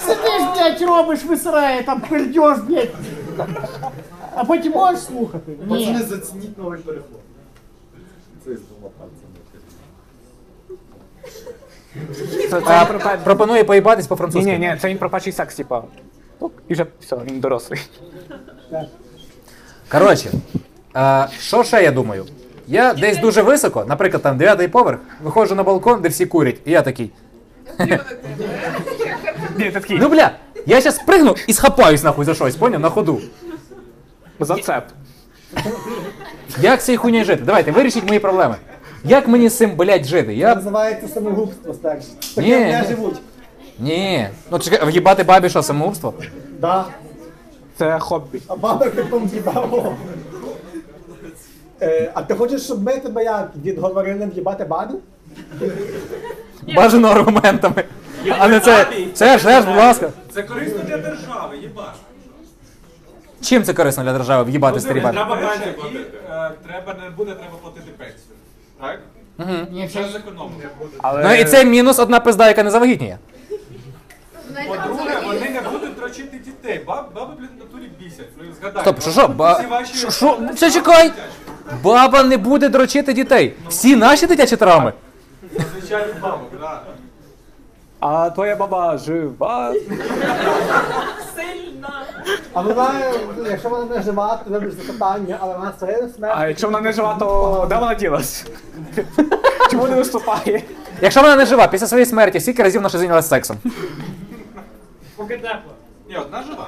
Сидиш, блядь, робиш, висирає, там пердьош, блядь. А потім можеш слухати? Пацани, зацініть новий переход. Це з двома пальцями. Це- це А, він про- пропонує поїбатись Ні, по-французьки. ні, ні, це він про пачий секс, типа. Тук, І вже все, він дорослий. Коротше, е, що ще я думаю? Я десь дуже високо, наприклад, там дев'ятий поверх, виходжу на балкон, де всі курять, і я такий. Ні, це такий Ну бля, я зараз спригну і схапаюсь нахуй за щось, поняв? На ходу. зацеп. Як з цією хуйнею жити? Давайте, вирішіть мої проблеми. Як мені з цим, блядь, жити? Це Я. називається самогубство, старші. Ні. Таке не живуть. Ні. Ну чекай, в'їбати бабі що, самогубство? Да. Це хобі. А баба потім їбало. Е, А ти хочеш, щоб ми тебе як відговорили в'їбати бабі? Бажано аргументами. А не це. Це ж, це ж, будь ласка. Це корисно для держави, їбаш. Чим це корисно для держави Ну, в'їбати старі бабі? Треба пенсію платити. е, Треба не буде, треба платити пенсію. Так? Ні, Це зекономно. Але Ну і це мінус одна пизда, яка не завагітніє. По-друге, вони не будуть дрочити дітей. Баб- Баби, блін, в натурі бісять. Ну, згадай. Стоп, що, що? Ба... Всі ваші- Що, що? Це чекай! Баба не буде дрочити дітей. Всі наші дитячі травми. Звичайні баби, да. А твоя баба жива. Сильна. А вона, е, якщо вона не жива, то вибач за питання, але вона своє А смерть. якщо вона не жива, то де вона ділась? Чому не виступає? Якщо вона не жива, після своєї смерті скільки разів вона ще зайнялася сексом? Поки тепло. Ні, одна жива.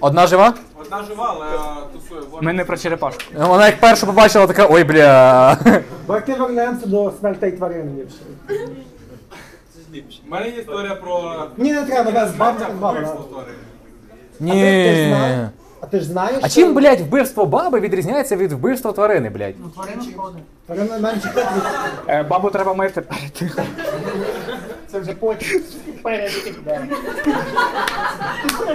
Одна жива? Одна жива, але а, тусує ворог. Ми не про черепашку. Вона як першу побачила, така ой бля. Давайте вернемося до смертей тварин ліпше. У мене є історія про... Ні, не треба, я з баб- Це з бабами. вбивство історія. А ти- ти ж Ні. знаєш- А ти ж знаєш, А що чим, блядь, вбивство баби відрізняється від вбивства тварини, блядь? Ну, тварина шкода. тварини менше Е, Бабу треба мити перед тим. Це вже потім. Перед тим, да.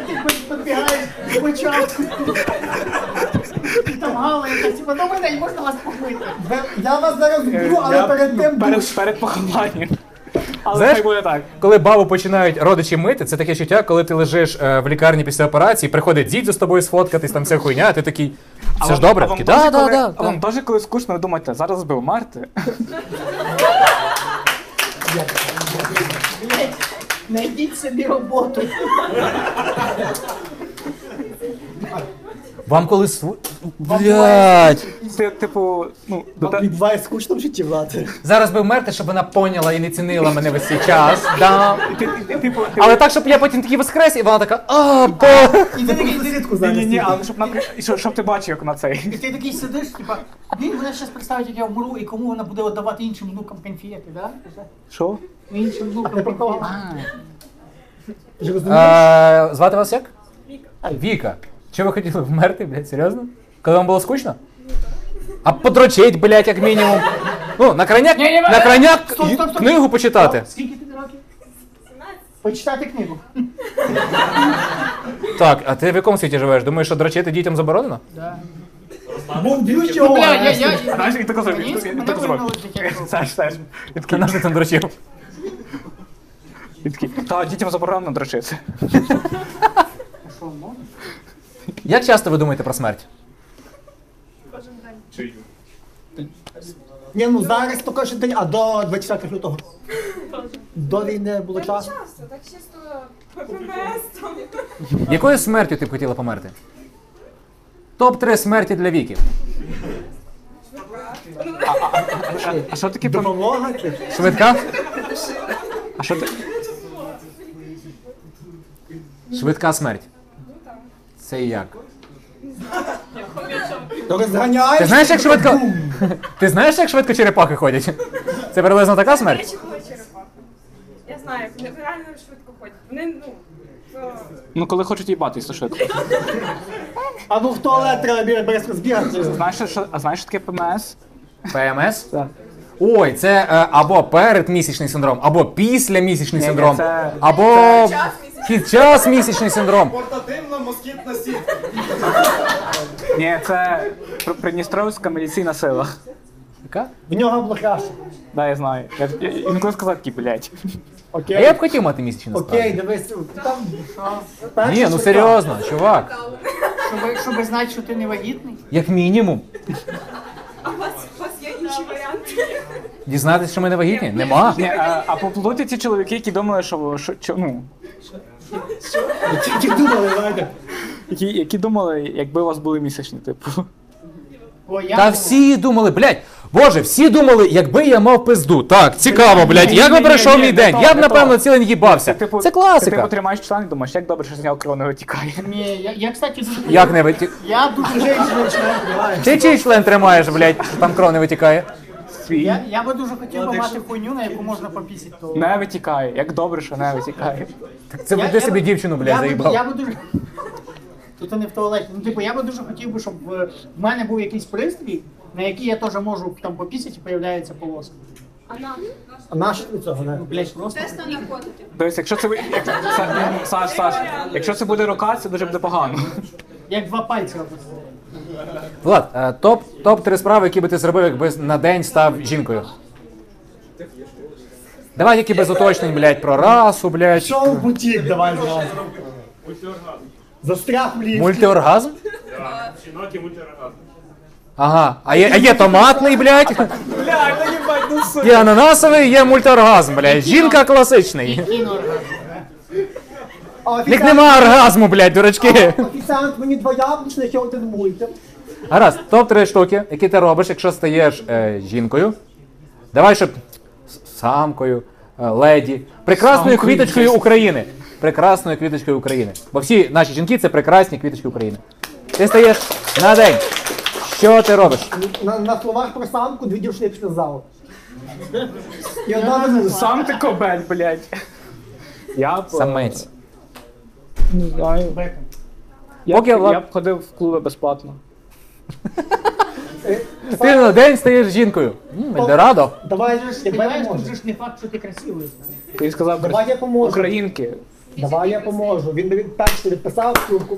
Ти підбігаєш, почав. І там гала якась, типу, добрий день, можна вас побити? Я вас зараз вб'ю, але перед тим перед, душ. перед похованням. Але Знаєш, хай буде так. коли бабу починають родичі мити, це таке чуття, коли ти лежиш е, в лікарні після операції, приходить дідзю з тобою сфоткатись, там вся хуйня, а ти такий, все ж добре? а вам, Такий, теж да, да, коли, да, а да. вам теж коли скучно, ви думаєте, зараз би вмерти? Найдіть собі роботу. Вам коли св... Блять. Ти, типу, ну, буває скучно в житті, Влад. Зараз би вмерти, щоб вона поняла і не цінила мене весь цей час. Да. Типу, Але так, щоб я потім такий воскрес, і вона така, а, бо. І ти такий зрідку Ні, ні, але щоб, наприклад, і що- щоб ти бачив, як на цей. І ти такий сидиш, типа, він мене зараз представить, як я вмру, і кому вона буде віддавати іншим внукам конфети, да? Що? Іншим внукам конфети. Е, Звати вас як? Віка. А, Віка. Чи ви хотіли вмерти, блядь, серйозно? Коли вам було скучно? А подрочить, блядь, як мінімум. Ну, на крайняк, Ні-ні-ні. на крайняк Стоп, стоп, стоп. книгу почитати. Скільки ти років? 17. Почитати книгу. Так, а ти в якому світі живеш? Думаєш, що дрочити дітям заборонено? Да. Був б'ючий Ну, бля, я- я- я- Знаєш, він тако зробив. Мені- він тако- Він мене тако зробив. повернули до тями. Саш, Саш. Він такий, Наш ти там дрочив. Він такий, та дітям заборонено дрочити. А що, можна? Як часто ви думаєте про смерть? Кожен день. Ні, ну зараз то кожен день, а до 24 лютого. Теж. До війни було часу. Часто, так чисто ППС там. Якою смертю ти б хотіла померти? Топ-3 смерті для Віки. А що таке там? Допомога це. Швидка? А що ти? Швидка смерть. Це як? То Ну, розганяєш. Ти знаєш, як швидко. Ти знаєш, як швидко черепахи ходять? Це приблизно така Я смерть? ще була черепаха. Я знаю, як вони реально швидко ходять. Вони, ну, то... Ну, коли хочуть їбатись, то швидко. Або ну, в туалет треба біля березку збігати. Знаєш, що, а знаєш, що таке ПМС? ПМС? Ой, це е, або передмісячний синдром, або післямісячний Ні, ні, синдром, це- або під час місячний синдром. Портативна москітна сітка. Ні, це Пр- Придністровська міліційна сила. Яка? В нього блокаж. Да, я знаю. Я, я, я інколи сказав такий, блядь. А Окей. я б хотів мати місячний Окей, насправді. дивись. Там... Ні, ну серйозно, чувак. Щоб, щоб знати, що ти не вагітний. Як мінімум. А у вас, у вас є інші варіанти? Дізнатися, що ми не вагітні? Нема. Ні, а, а поплутні ті чоловіки, які думали, що, що, що ну, Тільки думали, знаєте. які, які думали, якби у вас були місячні, типу. Бо я Та думав- всі думали, блядь, боже, всі думали, якби я мав пизду. Так, цікаво, блядь, Ні, як би ні, пройшов ні, мій ні, день. не Я б, то, напевно, не цілий їбався. Типу, Це Ти типу класика. тримаєш член і думаєш, як добре, що з нього кров не витікає. Ні, я, я, кстати, дуже... Як не витік. Я дуже... Ти чий член тримаєш, блядь, що там кров не витікає? Свій Я, я би дуже хотів би мати хуйню, на яку можна попісити. То... не витікає. Як добре, що не витікає. Так це Я- буде я собі б- дівчину, я блядь, би- Я заїбав. би дуже. Тут не в туалеті. Ну, типу, я би дуже хотів би, щоб е, в мене був якийсь пристрій, на який я теж можу там попісити і появляється полоска. А наш у цього не. Ну, блядь, просто. Тест на наркотики. Дивись, Тобто, якщо це ви. як- Са- Саш, Саш, якщо це буде рука, це дуже буде погано. Як два пальці обросили. Влад, е, топ, топ три справи, які би ти зробив, якби на день став жінкою. Давай які без уточнень, блядь, про расу, блядь. Шоу бутік, давай знову. Застряг в ліфті. Мультиоргазм? Жінок і мультирогазм. Ага. А є, а є томатний, блядь, Блядь, ну їбать, ну є ананасовий, є мультиоргазм, блядь. Жінка класичний. Кінооргазм. А В них офіціант- нема оргазму, блядь, дурачки. Офіціант мені два яблучних, я один мультик. Гаразд, топ-3 штуки, які ти робиш, якщо стаєш е, жінкою. Давай, щоб с- самкою, е, леді, прекрасною Самкою, квіточкою блядь. України. Прекрасною квіточкою України. Бо всі наші жінки це прекрасні квіточки України. Ти стаєш на день. Що ти робиш? На, на словах про самку дві дівчини пішли з залу. І одна вернулася. Сам ти кобель, блядь. Я б, е, Самець. не знаю. Бекон. Я б, Поки Влад- я б ходив в клуби безплатно. Ти на день стаєш жінкою. М, Ельдорадо. Давай, Ти ж я сподіваєш, тут допоможу. же ж не факт, що ти красивий. Він сказав, Давай я поможу. українки. Давай я поможу. Він він перший відписав трубку.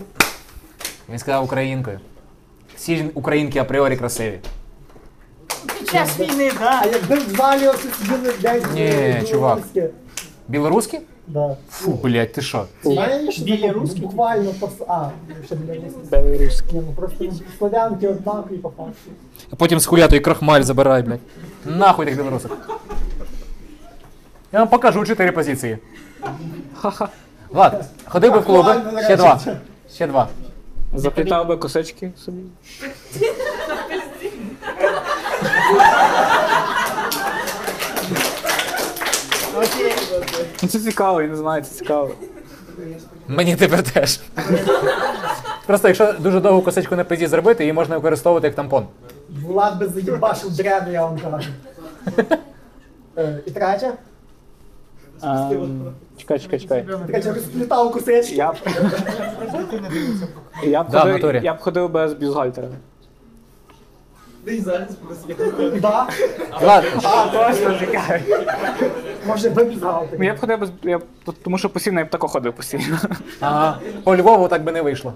Він сказав українкою. Всі жін- українки апріорі красиві. Під час війни, да. А якби в залі оце сиділи день. Ні, чувак. Білоруські? Да. Фу, блядь, ти що? Знаєш, білоруські? Буквально по... А, ще білоруські. Ну, просто славянки однакові по факту. А потім з хулятою крахмаль забирай, блядь. Нахуй тих білорусок. Я вам покажу чотири позиції. Ха-ха. Влад, ходив би в клуби. Ще два. Ще два. Заплітав би косички собі. Ну це цікаво, я не знаю, це цікаво. Мені тепер теж. Просто якщо дуже довгу косичку на пизі зробити, її можна використовувати як тампон. Влад би заїбашив древні, я вам кажу. Е, І третя? Ем, Чекай, чекай, чекай. Третя розплітав кусечки. Я б... Я б, Да, в ходив, натурі. я б ходив без бюстгальтера. Ти зараз просто. Да? Ладно. А, точно, чекай. Може, би бігав. Ну я б ходив без. Я... б- Тому що постійно я б тако ходив постійно. Ага. По Львову так би не вийшло.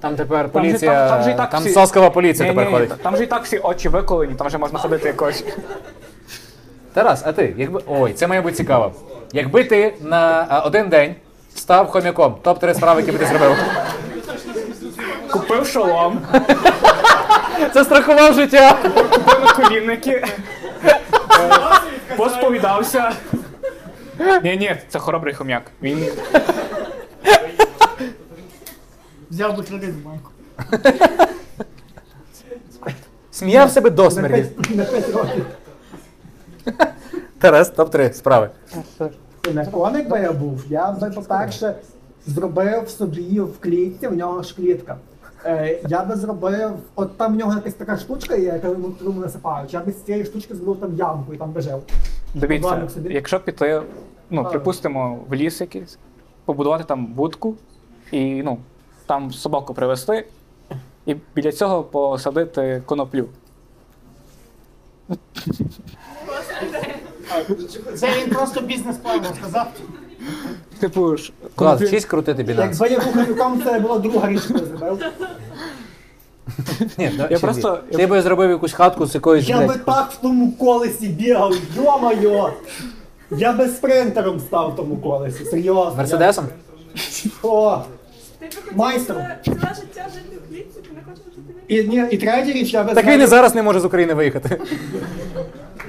Там тепер же- поліція. же і Там, так всі- соскова поліція Ні, тепер ні, ходить. ні, Там же і так всі очі виколені, там вже можна ходити якось. Тарас, а ти, якби. Ой, це має бути цікаво. Якби ти на а, один день став хомяком, топ-3 справи, які би ти зробив. Купив шолом, Застрахував життя. купив наковільники, посповідався. Ні, ні, це хоробрий хом'як. Він Взяв би кредит в банку. Сміяв себе до смерті. На 5 років. Тарас, топ-3 справи. Наркон, якби я був, я би, по-перше, зробив собі в клітці, в нього ж клітка. Е, я би зробив, от там в нього якась така штучка є, яка йому трубу насипають. Я би з цієї штучки зробив там ямку і там би жив. Дивіться, Банок собі. якщо піти, ну, припустимо, в ліс якийсь, побудувати там будку і ну, там собаку привезти, і біля цього посадити коноплю. Це він просто бізнес-план розказав. Типу ж, Клас, коноплю. вчись крутити білянс. Якби я був хомяком, це була друга річ, яку я зробив. Ні, да, Я ще просто- дві. Ти би зробив якусь хатку з якоюсь. Я блядь, би так в тому колесі бігав, йо-моє! Я би спринтером став в тому колесі, серйозно. Я- Мерседесом? О, Ти би хотів Майстром. ціле- ціле життя жити в клітці, ти не хочеш жити в і, ні, і третя річ, я би Так зробив- він і зараз не може з України виїхати.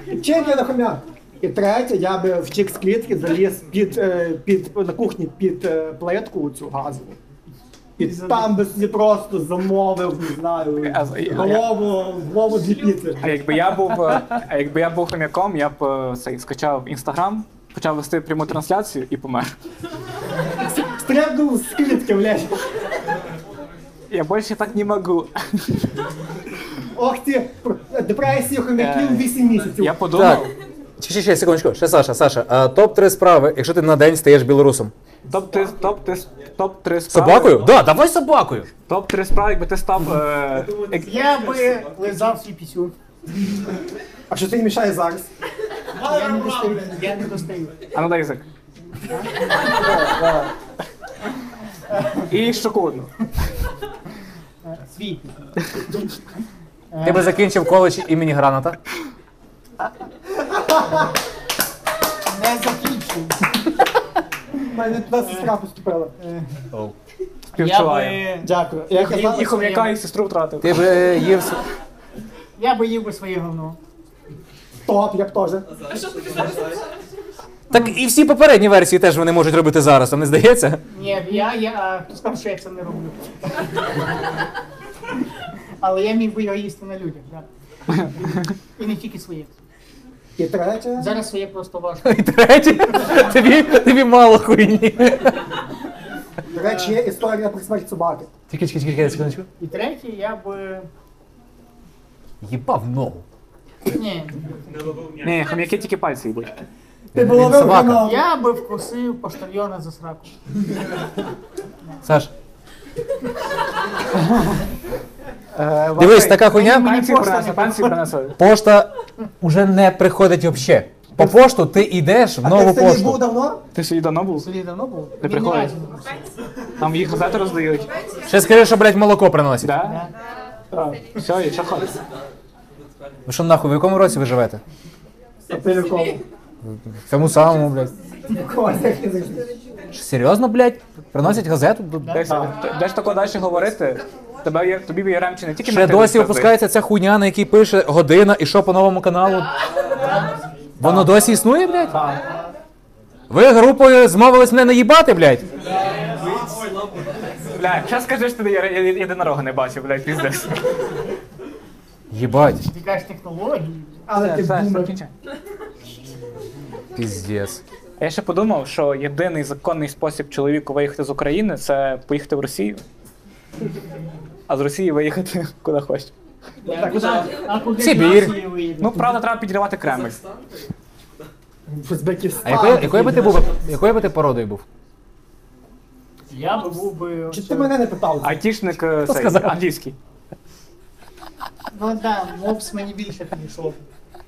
Вчинки на хомяк. І третє, я би втік з клітки, заліз під, е, під на кухні під е, плитку цю газову. І там би собі просто замовив, не знаю, А з- я- голову, голову дві піци. А якби я був, е, а якби я був хом'яком, я б е, цей, скачав інстаграм, почав вести пряму трансляцію і помер. Стрибнув з клітки, блядь. Я більше так не можу. Ох ці пр- депресії хомяків 8 місяців. Е, Я подумав. Ще, ще, ще, секундочку. Ще Саша, Саша. А, топ-3 справи, якщо ти на день стаєш білорусом. Топ ти топ ти топ три справи. Собакою? Да, давай собакою. Топ три справи, якби ти став. Е, як- Я би лизав свій пісюн. А що ти мішає зараз? Я не достаю. Я не достаю. А ну дай язик. І шоколадно. Е, Свій пісюн. Ти би закінчив коледж імені Граната. Не закінчую. У мене туди сестра поступила. Співчуваю. Дякую. Я казала, І, і хом'яка, і сестру втратив. Ти би їв. с- Я би їв би своє говно. топ, я б теж. Так і всі попередні версії теж вони можуть робити зараз, вам не здається? Ні, я, я, а, хто сказав, що я це не роблю. Але я міг би його їсти на людях, так. І не тільки своє. І третє. Зараз своє просто важко. І третє, тобі, тобі мало хуйні. До речі, є історія про смерть собаки. Тільки, тільки, тільки, секундочку. І третє, я би. Їбав ногу. Ні. Ні, хом'яки тільки пальці їбуть. Ти Він було собака. вибрано. Я би вкусив поштальйона за сраку. Саш. Е, Дивись, така хуйня. Пенсію принесе, пенсію принесе. Пошта уже не приходить взагалі. По пошту ти йдеш в А ти нову це не був пошту. давно? Ти сюди давно був? Тобі давно було? Не приходить. Там їх газети роздають. Ще скажи, що, блядь, молоко приносять. Да? Так. Все, і що ходить? Ви Ну що нахуй, в якому році ви живете? А ти в кого? В цьому самому, блядь. Що, Серйозно, блядь? Приносять газету? Десь, де ж тако далі говорити? Тебе є, тобі є ремчі не тільки Ще досі випускається ця хуйня, на якій пише година і що по новому каналу. Воно досі існує, блядь? Ви групою змовились мене наїбати, блядь? Бля, зараз скажи, що ти я- я- я- єдинорога не бачив, блядь, піздець. Їбать, Яка ж технологія? Все, все, все, бумер. кінчай. піздець. Я ще подумав, що єдиний законний спосіб чоловіку виїхати з України це поїхати в Росію. А з Росії виїхати куди хочеш. А куди- а куди Сибір. Росію виїде? Ну, правда, треба підірвати Кремль. А якою, якою би ти був, якою би ти породою був? Я би був би... Чи ти мене не питав? Айтішник е, Хто цей, сказав? англійський. Ну да, мопс мені більше підійшов.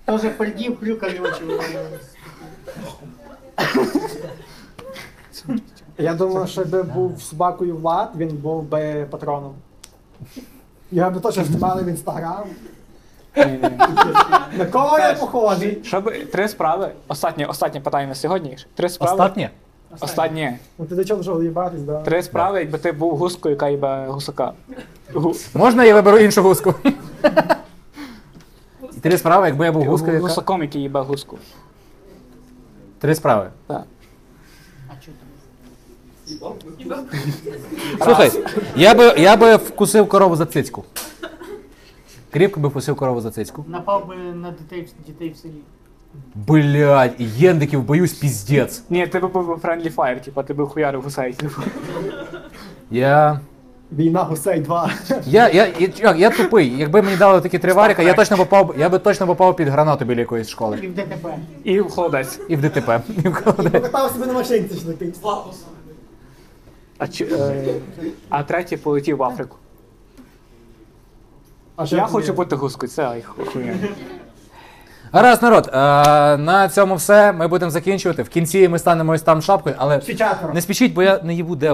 Тоже придів, хрюкаві очі вивалювалися. Я думаю, що якби був собакою Влад, він був би патроном. Його би теж знімали в інстаграм. На кого я похожий? Щоб е, три справи. Останнє, останнє питання на сьогодні. Три справи. Остатнє? Останнє. Ну ти до чого вже їбатись, да? Три справи, якби ти був гускою, яка їбе гусака. Гу... Можна я виберу іншу гуску? І Три справи, якби я був гускою. яка- Гусаком, який їбе гуску. Три справи. Так. Слухай, я би, я би вкусив корову за цицьку. Кріпко би вкусив корову за цицьку. Напав би на дітей, дітей в селі. Блять, єндиків боюсь піздець. Ні, ти би був Friendly Fire, типа ти би хуярив гусей. типу. Я. Війна гусей 2. Я, я, я, чувак, я тупий. Якби мені дали такі три варіка, я точно попав, б- я би точно попав під гранату біля якоїсь І школи. в ДТП. І в холодець. І в ДТП. І в колодець. Покатав себе на машинці ж такий. А, чи, е, а третій полетів в Африку. я хочу бути гускою, це ай, ху- хуйня. Гаразд, народ. Е, на цьому все. Ми будемо закінчувати. В кінці ми станемо ось там шапкою, але Спічатор. не спішіть, бо я не їбу де